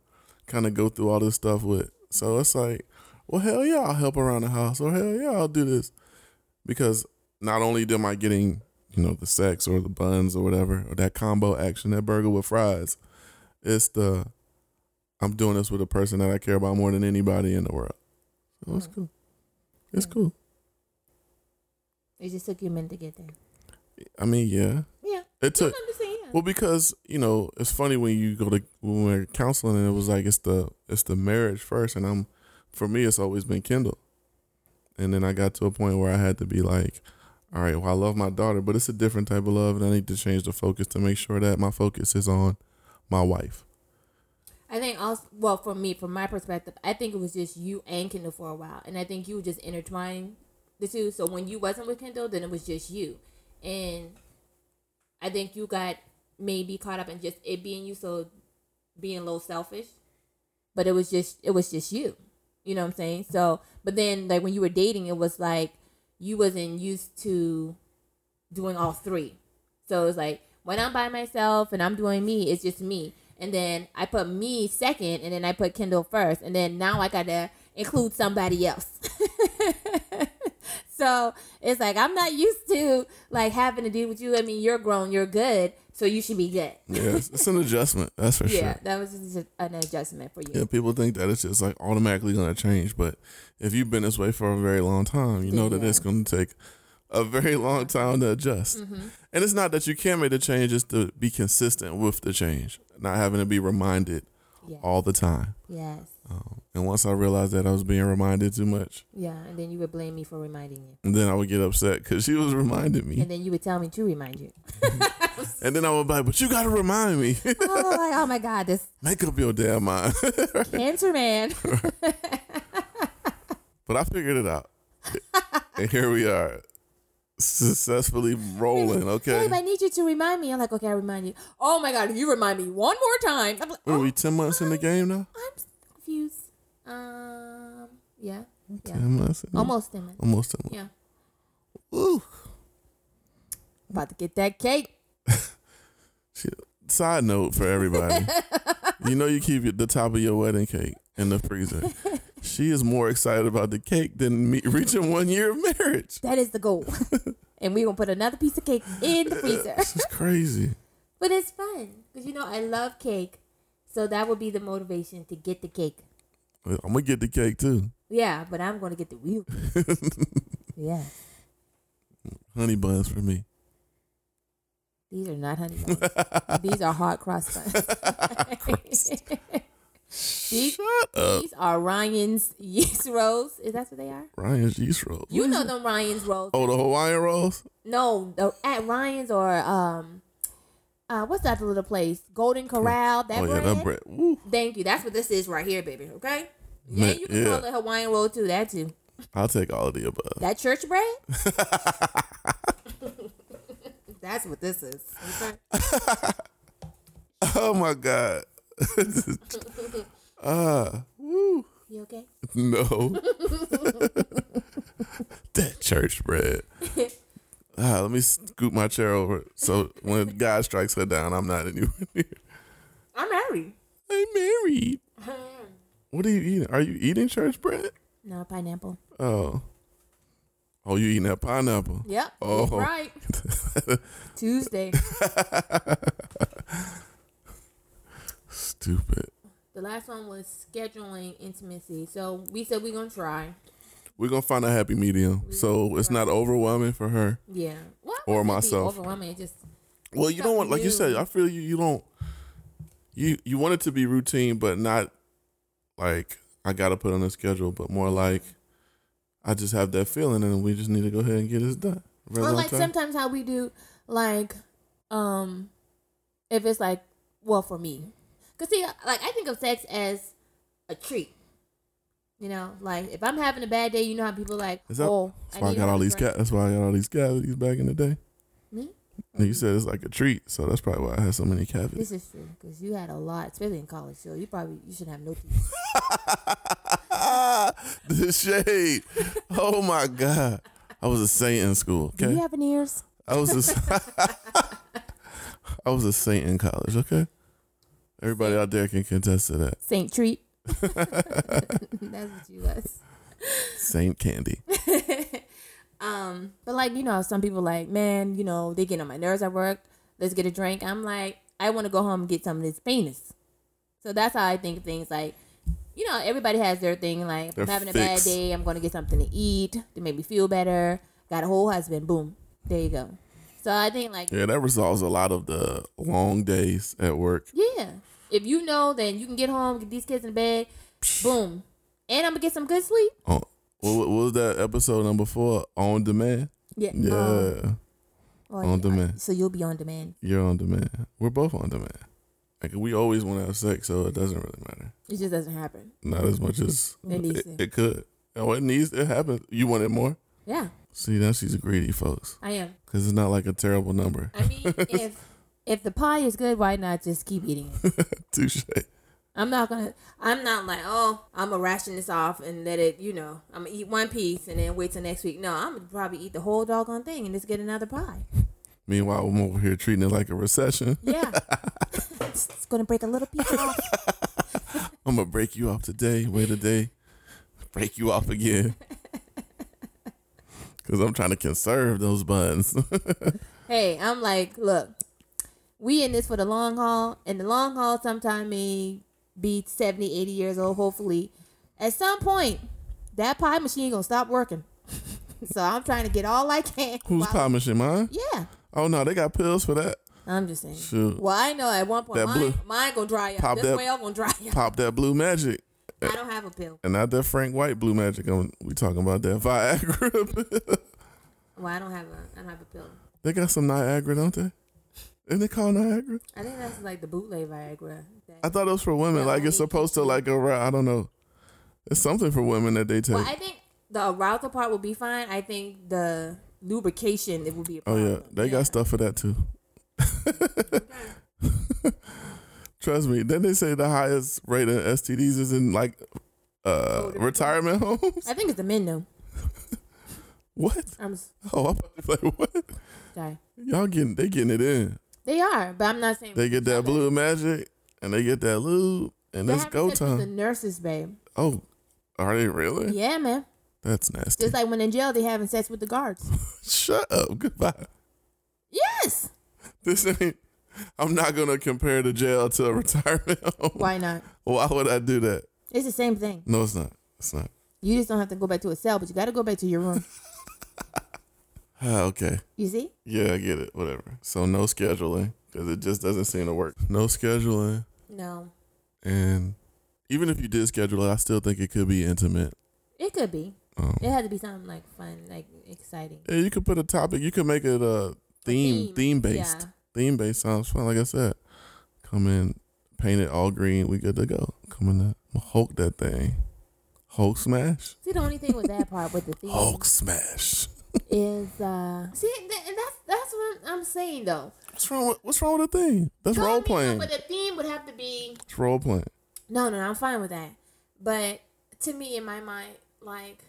Speaker 1: kind of go through all this stuff with. So it's like, well, hell yeah, I'll help around the house, or hell yeah, I'll do this. Because not only am I getting, you know, the sex or the buns or whatever, or that combo action, that burger with fries, it's the, I'm doing this with a person that I care about more than anybody in the world. No, it's cool. It's cool.
Speaker 2: It just took you a minute to get there.
Speaker 1: I mean, yeah.
Speaker 2: Yeah.
Speaker 1: It took
Speaker 2: I'm just saying, yeah.
Speaker 1: well because you know it's funny when you go to when we're counseling and it was like it's the it's the marriage first and I'm for me it's always been Kindle, and then I got to a point where I had to be like, all right, well I love my daughter, but it's a different type of love and I need to change the focus to make sure that my focus is on my wife.
Speaker 2: I think also, well, for me, from my perspective, I think it was just you and Kendall for a while, and I think you were just intertwining the two. So when you wasn't with Kendall, then it was just you, and I think you got maybe caught up in just it being you, so being a little selfish, but it was just it was just you. You know what I'm saying? So, but then like when you were dating, it was like you wasn't used to doing all three. So it's like when I'm by myself and I'm doing me, it's just me. And then I put me second, and then I put Kendall first, and then now I gotta include somebody else. so it's like I'm not used to like having to deal with you. I mean, you're grown, you're good, so you should be good.
Speaker 1: Yeah, it's, it's an adjustment. That's for
Speaker 2: Yeah,
Speaker 1: sure.
Speaker 2: that was just an adjustment for you.
Speaker 1: Yeah, people think that it's just like automatically going to change, but if you've been this way for a very long time, you know that
Speaker 2: Yeah. Mm-hmm.
Speaker 1: it's going to take a very long time to adjust. And it's not that you can't make the change; it's to be consistent with the change, not having to be reminded
Speaker 2: Yeah.
Speaker 1: all the time.
Speaker 2: Yes.
Speaker 1: Um, and once I realized that I was being reminded too much,
Speaker 2: Yeah, and then you would blame me for reminding you,
Speaker 1: then I would get upset because she was reminding me,
Speaker 2: and then you would tell me to remind you.
Speaker 1: and then I would be like, "But you got to remind me.
Speaker 2: oh, like, oh my God, this
Speaker 1: make up your damn mind."
Speaker 2: cancer man.
Speaker 1: But I figured it out, and here we are, successfully rolling. Okay.
Speaker 2: Babe, I need you to remind me. I'm like, okay, I remind you. Oh my god, if you remind me one more time, I'm like,
Speaker 1: Were
Speaker 2: oh,
Speaker 1: we ten months in the game now?
Speaker 2: I'm s- confused. Um, yeah, yeah, Oh.
Speaker 1: Ten months. In
Speaker 2: almost ten minutes.
Speaker 1: Almost ten months.
Speaker 2: Yeah,
Speaker 1: Ooh.
Speaker 2: about to get that cake.
Speaker 1: Shit. Side note for everybody. you know you keep the top of your wedding cake in the freezer. she is more excited about the cake than me reaching one year of marriage.
Speaker 2: That is the goal. and we're gonna put another piece of cake in the freezer.
Speaker 1: This is crazy.
Speaker 2: but it's fun because you know I love cake, so that would be the motivation to get the cake.
Speaker 1: I'm gonna get the cake too.
Speaker 2: Yeah, but I'm gonna get the real. yeah,
Speaker 1: Honey buns for me.
Speaker 2: these are not honey buns. these are hard cross buns. these
Speaker 1: Shut up.
Speaker 2: These are Ryan's yeast rolls. Is that what they are?
Speaker 1: Ryan's yeast rolls.
Speaker 2: You know them Ryan's rolls.
Speaker 1: Oh, the Hawaiian rolls?
Speaker 2: No, the, at Ryan's or um, uh, what's that little place? Golden Corral. That
Speaker 1: oh
Speaker 2: brand.
Speaker 1: yeah, that bread. Woo.
Speaker 2: Thank you. That's what this is right here, baby. Okay. Yeah,
Speaker 1: Man,
Speaker 2: you can
Speaker 1: yeah.
Speaker 2: call it Hawaiian roll too. That too.
Speaker 1: I'll take all of the above.
Speaker 2: That church bread. That's what this is. Okay?
Speaker 1: Oh my god.
Speaker 2: You okay?
Speaker 1: No. that church bread. Ah, let me scoot my chair over so when God strikes her down, I'm not anywhere near.
Speaker 2: I'm married.
Speaker 1: I'm married. What are you eating? Are you eating church bread?
Speaker 2: No pineapple.
Speaker 1: Oh. Oh, you eating that pineapple?
Speaker 2: Yep.
Speaker 1: Oh.
Speaker 2: Right. Tuesday.
Speaker 1: Stupid.
Speaker 2: The last one was scheduling intimacy. So we said we're gonna try.
Speaker 1: We're gonna find a happy medium. So it's not overwhelming for her.
Speaker 2: Yeah. Well,
Speaker 1: Or
Speaker 2: it wouldn't be
Speaker 1: myself.
Speaker 2: Overwhelming. It just
Speaker 1: Well, you don't want like you said,
Speaker 2: Something new.
Speaker 1: I feel you you don't you you want it to be routine but not like I gotta put on a schedule, but more like I just have that feeling and we just need to go ahead and get this done. Real
Speaker 2: or
Speaker 1: long
Speaker 2: like
Speaker 1: time.
Speaker 2: sometimes how we do like um if it's like well for me because see like i think of sex as a treat you know like if i'm having a bad day you know how people like
Speaker 1: Is that-
Speaker 2: oh
Speaker 1: that's why I,
Speaker 2: need
Speaker 1: got all these
Speaker 2: another
Speaker 1: cat that's why I got all these cavities back in the day.
Speaker 2: drink." me
Speaker 1: And you said it's like a treat, so that's probably why I had so many cavities.
Speaker 2: this is true because you had a lot especially in college so you probably you should have no teeth
Speaker 1: the shade. Oh my god. I was a saint in school.
Speaker 2: do
Speaker 1: Okay.
Speaker 2: you have an ears
Speaker 1: I was a, I was a saint in college. Okay, everybody out there can contest to that.
Speaker 2: saint treat that's what you was
Speaker 1: Saint candy.
Speaker 2: Um, but like you know, some people like, man, you know, they get on my nerves at work. Let's get a drink. I'm like, I want to go home and get some of this penis. So that's how I think of things like you know, everybody has their thing. Like, if I'm
Speaker 1: Their
Speaker 2: having a
Speaker 1: fix.
Speaker 2: bad day, I'm going to get something to eat to make me feel better. Got a whole husband. Boom. There you go. So I think, like,
Speaker 1: Yeah, that resolves a lot of the long days at work.
Speaker 2: yeah. If you know that you can get home, get these kids in bed, boom. And I'm going to get some good sleep.
Speaker 1: On, what, what was that episode number four? On demand.
Speaker 2: Yeah.
Speaker 1: Yeah,
Speaker 2: Um, or-
Speaker 1: on demand.
Speaker 2: So you'll be on demand.
Speaker 1: You're on demand. We're both on demand. Like we always want to have sex, so it doesn't really matter.
Speaker 2: It just doesn't happen.
Speaker 1: Not as much as
Speaker 2: It needs
Speaker 1: it,
Speaker 2: to.
Speaker 1: it could. Oh, it needs. It happens. You want it more.
Speaker 2: Yeah,
Speaker 1: See, now she's greedy, folks.
Speaker 2: I am.
Speaker 1: Because it's not like a terrible number.
Speaker 2: I mean, if if the pie is good, why not just keep eating it?
Speaker 1: Touche.
Speaker 2: I'm not gonna. I'm not like, oh, I'm gonna ration this off and let it. You know, I'm gonna eat one piece and then wait till next week. No, I'm gonna probably eat the whole doggone thing and just get another pie.
Speaker 1: Meanwhile, I'm over here treating it like a recession.
Speaker 2: Yeah, it's gonna break a little piece off.
Speaker 1: I'm gonna break you off today. Wait a day, break you off again. Cause I'm trying to conserve those buns.
Speaker 2: Hey, I'm like, look, we in this for the long haul, and the long haul sometime may be 70, 80 years old, hopefully. At some point, that pie machine gonna stop working. so I'm trying to get all I can.
Speaker 1: Who's
Speaker 2: while-
Speaker 1: pie machine? Mine?
Speaker 2: Yeah,
Speaker 1: Oh no, they got pills for that.
Speaker 2: I'm just saying.
Speaker 1: Shoot.
Speaker 2: Well, I know at one point
Speaker 1: That
Speaker 2: mine,
Speaker 1: blue-
Speaker 2: mine gonna dry up.
Speaker 1: Pop
Speaker 2: This
Speaker 1: that-
Speaker 2: well gonna dry up.
Speaker 1: Pop that blue magic.
Speaker 2: I don't have a pill.
Speaker 1: And not that Frank White blue magic. I'm, we talking about that Viagra. pill.
Speaker 2: Well, I don't have a. I don't have a pill.
Speaker 1: they got some Niagara, don't they? Isn't it called Niagara?
Speaker 2: I think that's like the bootleg Viagra.
Speaker 1: I thought it was for women. Like it's supposed to like go around. I don't know. It's something for women that they take.
Speaker 2: Well, I think the arousal part will be fine. I think the lubrication it will be. A
Speaker 1: Oh
Speaker 2: problem.
Speaker 1: yeah, they got stuff for that too. Trust me. Then they say the highest rate of STDs is in like uh
Speaker 2: Older
Speaker 1: retirement homes.
Speaker 2: I think it's the men though.
Speaker 1: What?
Speaker 2: I'm s-
Speaker 1: Oh, I'm about to play what?
Speaker 2: sorry.
Speaker 1: Y'all getting they getting it in.
Speaker 2: They are, but I'm not saying
Speaker 1: They get that blue magic and they get that lube and
Speaker 2: That
Speaker 1: it's
Speaker 2: happens
Speaker 1: go
Speaker 2: to The
Speaker 1: time.
Speaker 2: nurses, babe.
Speaker 1: Oh, are they really?
Speaker 2: Yeah, man.
Speaker 1: That's nasty.
Speaker 2: Just like when in jail, they having sex with the guards.
Speaker 1: Shut up. Goodbye.
Speaker 2: Yes.
Speaker 1: This ain't. I'm not gonna compare the jail to a retirement home.
Speaker 2: Why not?
Speaker 1: Why would I do that?
Speaker 2: It's the same thing.
Speaker 1: No, it's not. It's not.
Speaker 2: You just don't have to go back to a cell, but you got to go back to your room.
Speaker 1: Ah, okay.
Speaker 2: You see?
Speaker 1: Yeah, I get it. Whatever. So no scheduling because it just doesn't seem to work. No scheduling,
Speaker 2: No,
Speaker 1: and even if you did schedule it, I still think it could be intimate.
Speaker 2: it could be.
Speaker 1: Um,
Speaker 2: It had to be something like fun, like exciting.
Speaker 1: yeah, you could put a topic. You could make it a theme,
Speaker 2: Theme,
Speaker 1: theme, based.
Speaker 2: yeah.
Speaker 1: Theme based sounds fun. Like I said, come in, paint it all green. We good to go. Come in, there. Hulk that thing. Hulk smash.
Speaker 2: See, the only thing with that part with the theme
Speaker 1: Hulk smash.
Speaker 2: is, uh, see, th- and that's that's what I'm, I'm saying though.
Speaker 1: What's wrong? With, what's wrong with the thing? That's
Speaker 2: No, I
Speaker 1: role
Speaker 2: mean, no,
Speaker 1: playing.
Speaker 2: But the theme would have to be
Speaker 1: It's role playing.
Speaker 2: No, no, I'm fine with that. But to me, in my mind, like,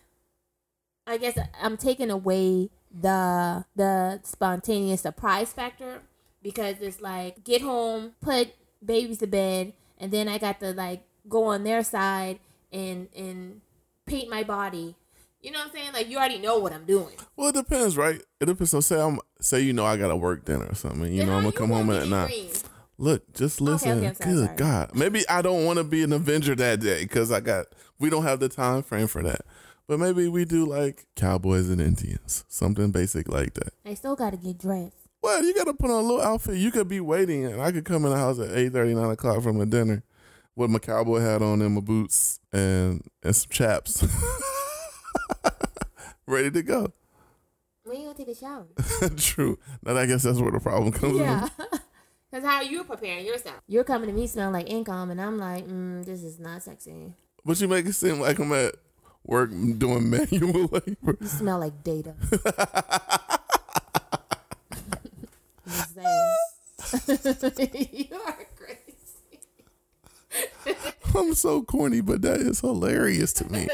Speaker 2: I guess I'm taking away the the spontaneous surprise factor because it's like get home, put babies to bed, and then I got to like go on their side and and paint my body. You know what I'm saying? Like you already know what I'm doing.
Speaker 1: Well, it depends, right? It depends. So say I'm say you know I gotta work dinner or something. You
Speaker 2: Then
Speaker 1: know
Speaker 2: how
Speaker 1: I'm gonna
Speaker 2: you
Speaker 1: come home
Speaker 2: gonna
Speaker 1: at
Speaker 2: be
Speaker 1: nine.
Speaker 2: green?
Speaker 1: Look, just listen.
Speaker 2: okay, I'm sorry,
Speaker 1: Good
Speaker 2: sorry.
Speaker 1: God, maybe I don't want to be an Avenger that day because I got we don't have the time frame for that. But maybe we do like cowboys and Indians, something basic like that.
Speaker 2: I still got to get dressed.
Speaker 1: Well, you gotta put on a little outfit. You could be waiting, and I could come in the house at 8 9 o'clock from a dinner with my cowboy hat on and my boots and and some chaps, ready to go.
Speaker 2: When you gonna take a shower?
Speaker 1: True. Now I guess that's where the problem comes
Speaker 2: Yeah. Cause how are you preparing yourself? Mm-hmm. You're coming to me smelling like income, and I'm like, mm, this is not sexy.
Speaker 1: from. But you make it seem like I'm at work doing manual labor.
Speaker 2: You smell like data. Just saying. you are crazy.
Speaker 1: I'm so corny, but that is hilarious to me.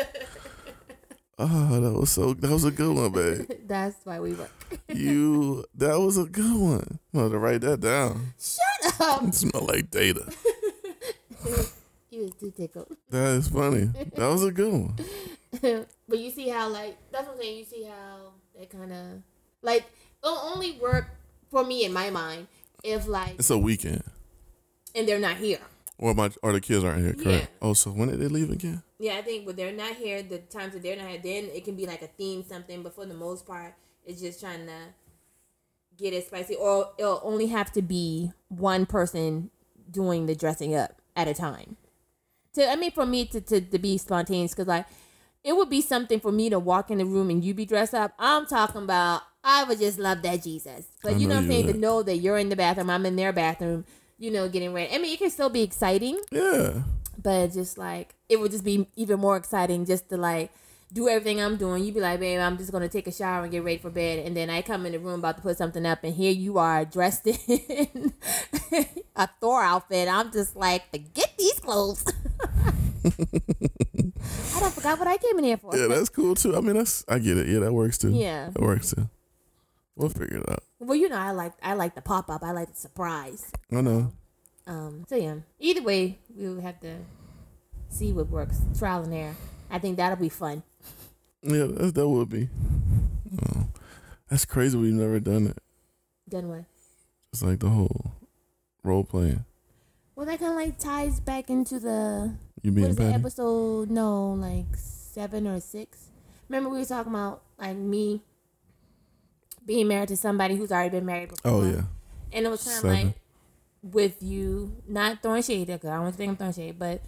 Speaker 1: Oh, that was so that was a good one, babe.
Speaker 2: That's why we work.
Speaker 1: You that was a good one. I'm gonna write that down.
Speaker 2: Shut up.
Speaker 1: Smell like data.
Speaker 2: You was too tickled.
Speaker 1: That is funny. That was a good one.
Speaker 2: but you see how like that's what I'm saying. You see how that kind of like it'll only work for me in my mind if like
Speaker 1: It's a weekend.
Speaker 2: and they're not here.
Speaker 1: Or my or the kids aren't here, correct?
Speaker 2: Yeah.
Speaker 1: Oh, so when did they leave again?
Speaker 2: Yeah, I think when they're not here, the times that they're not here, then it can be like a theme something. But for the most part, it's just trying to get it spicy, or it'll only have to be one person doing the dressing up at a time. To I mean, for me to to, to be spontaneous, because like it would be something for me to walk in the room and you be dressed up. I'm talking about I would just love that Jesus, but
Speaker 1: I
Speaker 2: you
Speaker 1: know
Speaker 2: know what I'm
Speaker 1: you
Speaker 2: saying
Speaker 1: would.
Speaker 2: to know that you're in the bathroom, I'm in their bathroom. You know, getting ready. I mean, it can still be exciting
Speaker 1: Yeah.
Speaker 2: but it's just like it would just be even more exciting just to like do everything I'm doing. You'd be like, babe, I'm just gonna take a shower and get ready for bed, and then I come in the room about to put something up, and here you are dressed in a Thor outfit. I'm just like, forget these clothes. I done forgot what I came in here for.
Speaker 1: Yeah, that's cool too. I mean that's I get it. Yeah, that works too.
Speaker 2: Yeah.
Speaker 1: That works too. We'll figure it out.
Speaker 2: Well, you know, I like I like the pop up. I like the surprise.
Speaker 1: I know.
Speaker 2: Um, so yeah. Either way, we'll have to see what works. Trial and error. I think that'll be fun.
Speaker 1: Yeah, that that would be. Oh, that's crazy we've never done it.
Speaker 2: Done with.
Speaker 1: It's like the whole role playing.
Speaker 2: Well, that kind of like ties back into the
Speaker 1: You
Speaker 2: what
Speaker 1: mean
Speaker 2: is it,
Speaker 1: Patty?
Speaker 2: episode? No, like seven or six. Remember we were talking about like me being married to somebody who's already been married before.
Speaker 1: Oh yeah.
Speaker 2: and it was kind of
Speaker 1: Seven.
Speaker 2: like with you not throwing shade because I don't think I'm throwing shade, but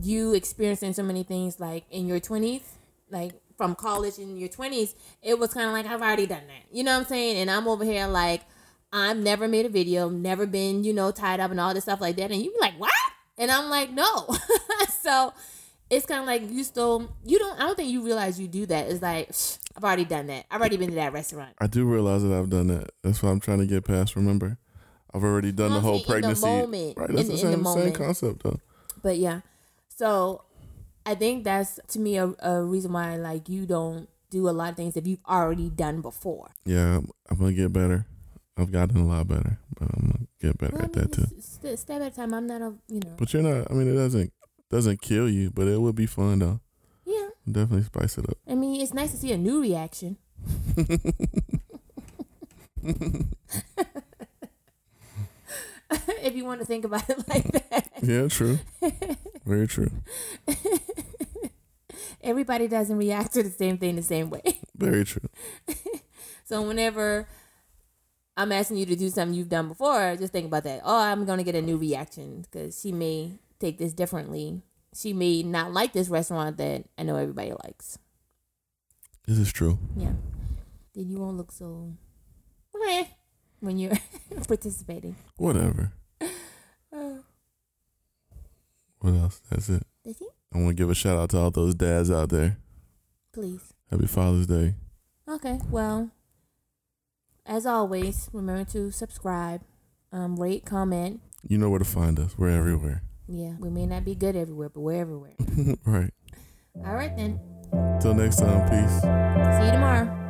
Speaker 2: you experiencing so many things like in your twenties, like from college in your twenties, it was kind of like I've already done that. You know what I'm saying? And I'm over here like I've never made a video, never been you know tied up and all this stuff like that, and you be like what? And I'm like no. so it's kind of like you still you don't I don't think you realize you do that. It's like I've already done that. I've already been to that restaurant.
Speaker 1: I do realize that I've done that. That's what I'm trying to get past, remember? I've already done
Speaker 2: No,
Speaker 1: the
Speaker 2: I'm
Speaker 1: whole
Speaker 2: saying in the
Speaker 1: pregnancy.
Speaker 2: moment.
Speaker 1: Right, that's
Speaker 2: In-
Speaker 1: the
Speaker 2: in
Speaker 1: same,
Speaker 2: the
Speaker 1: same
Speaker 2: moment.
Speaker 1: concept though.
Speaker 2: But yeah, so I think that's to me a, a reason why like you don't do a lot of things that you've already done before.
Speaker 1: Yeah, I'm, I'm gonna get better. I've gotten a lot better, but I'm gonna get better at that too.
Speaker 2: Step, step at a time. I'm not a you know.
Speaker 1: But you're not. I mean, it doesn't doesn't kill you, but it would be fun though.
Speaker 2: Yeah,
Speaker 1: Definitely spice it up.
Speaker 2: I mean it's nice to see a new reaction. if you want to think about it like that,
Speaker 1: Yeah, true. Very true.
Speaker 2: everybody doesn't react to the same thing the same way.
Speaker 1: Very true.
Speaker 2: So whenever I'm asking you to do something you've done before, just think about that. Oh, I'm gonna get a new reaction because she may take this differently. She may not like this restaurant that I know everybody likes.
Speaker 1: This is true.
Speaker 2: Yeah. Then you won't look so meh when you're participating.
Speaker 1: Whatever.
Speaker 2: Uh,
Speaker 1: What else? That's it.
Speaker 2: that's it.
Speaker 1: I want to give a shout out to all those dads out there.
Speaker 2: Please.
Speaker 1: Happy Father's Day.
Speaker 2: Okay. Well, as always, remember to subscribe, um, rate, comment.
Speaker 1: You know where to find us. We're everywhere.
Speaker 2: Yeah, we may not be good everywhere, but we're everywhere.
Speaker 1: right.
Speaker 2: All right then.
Speaker 1: Till next time. Peace.
Speaker 2: See you tomorrow.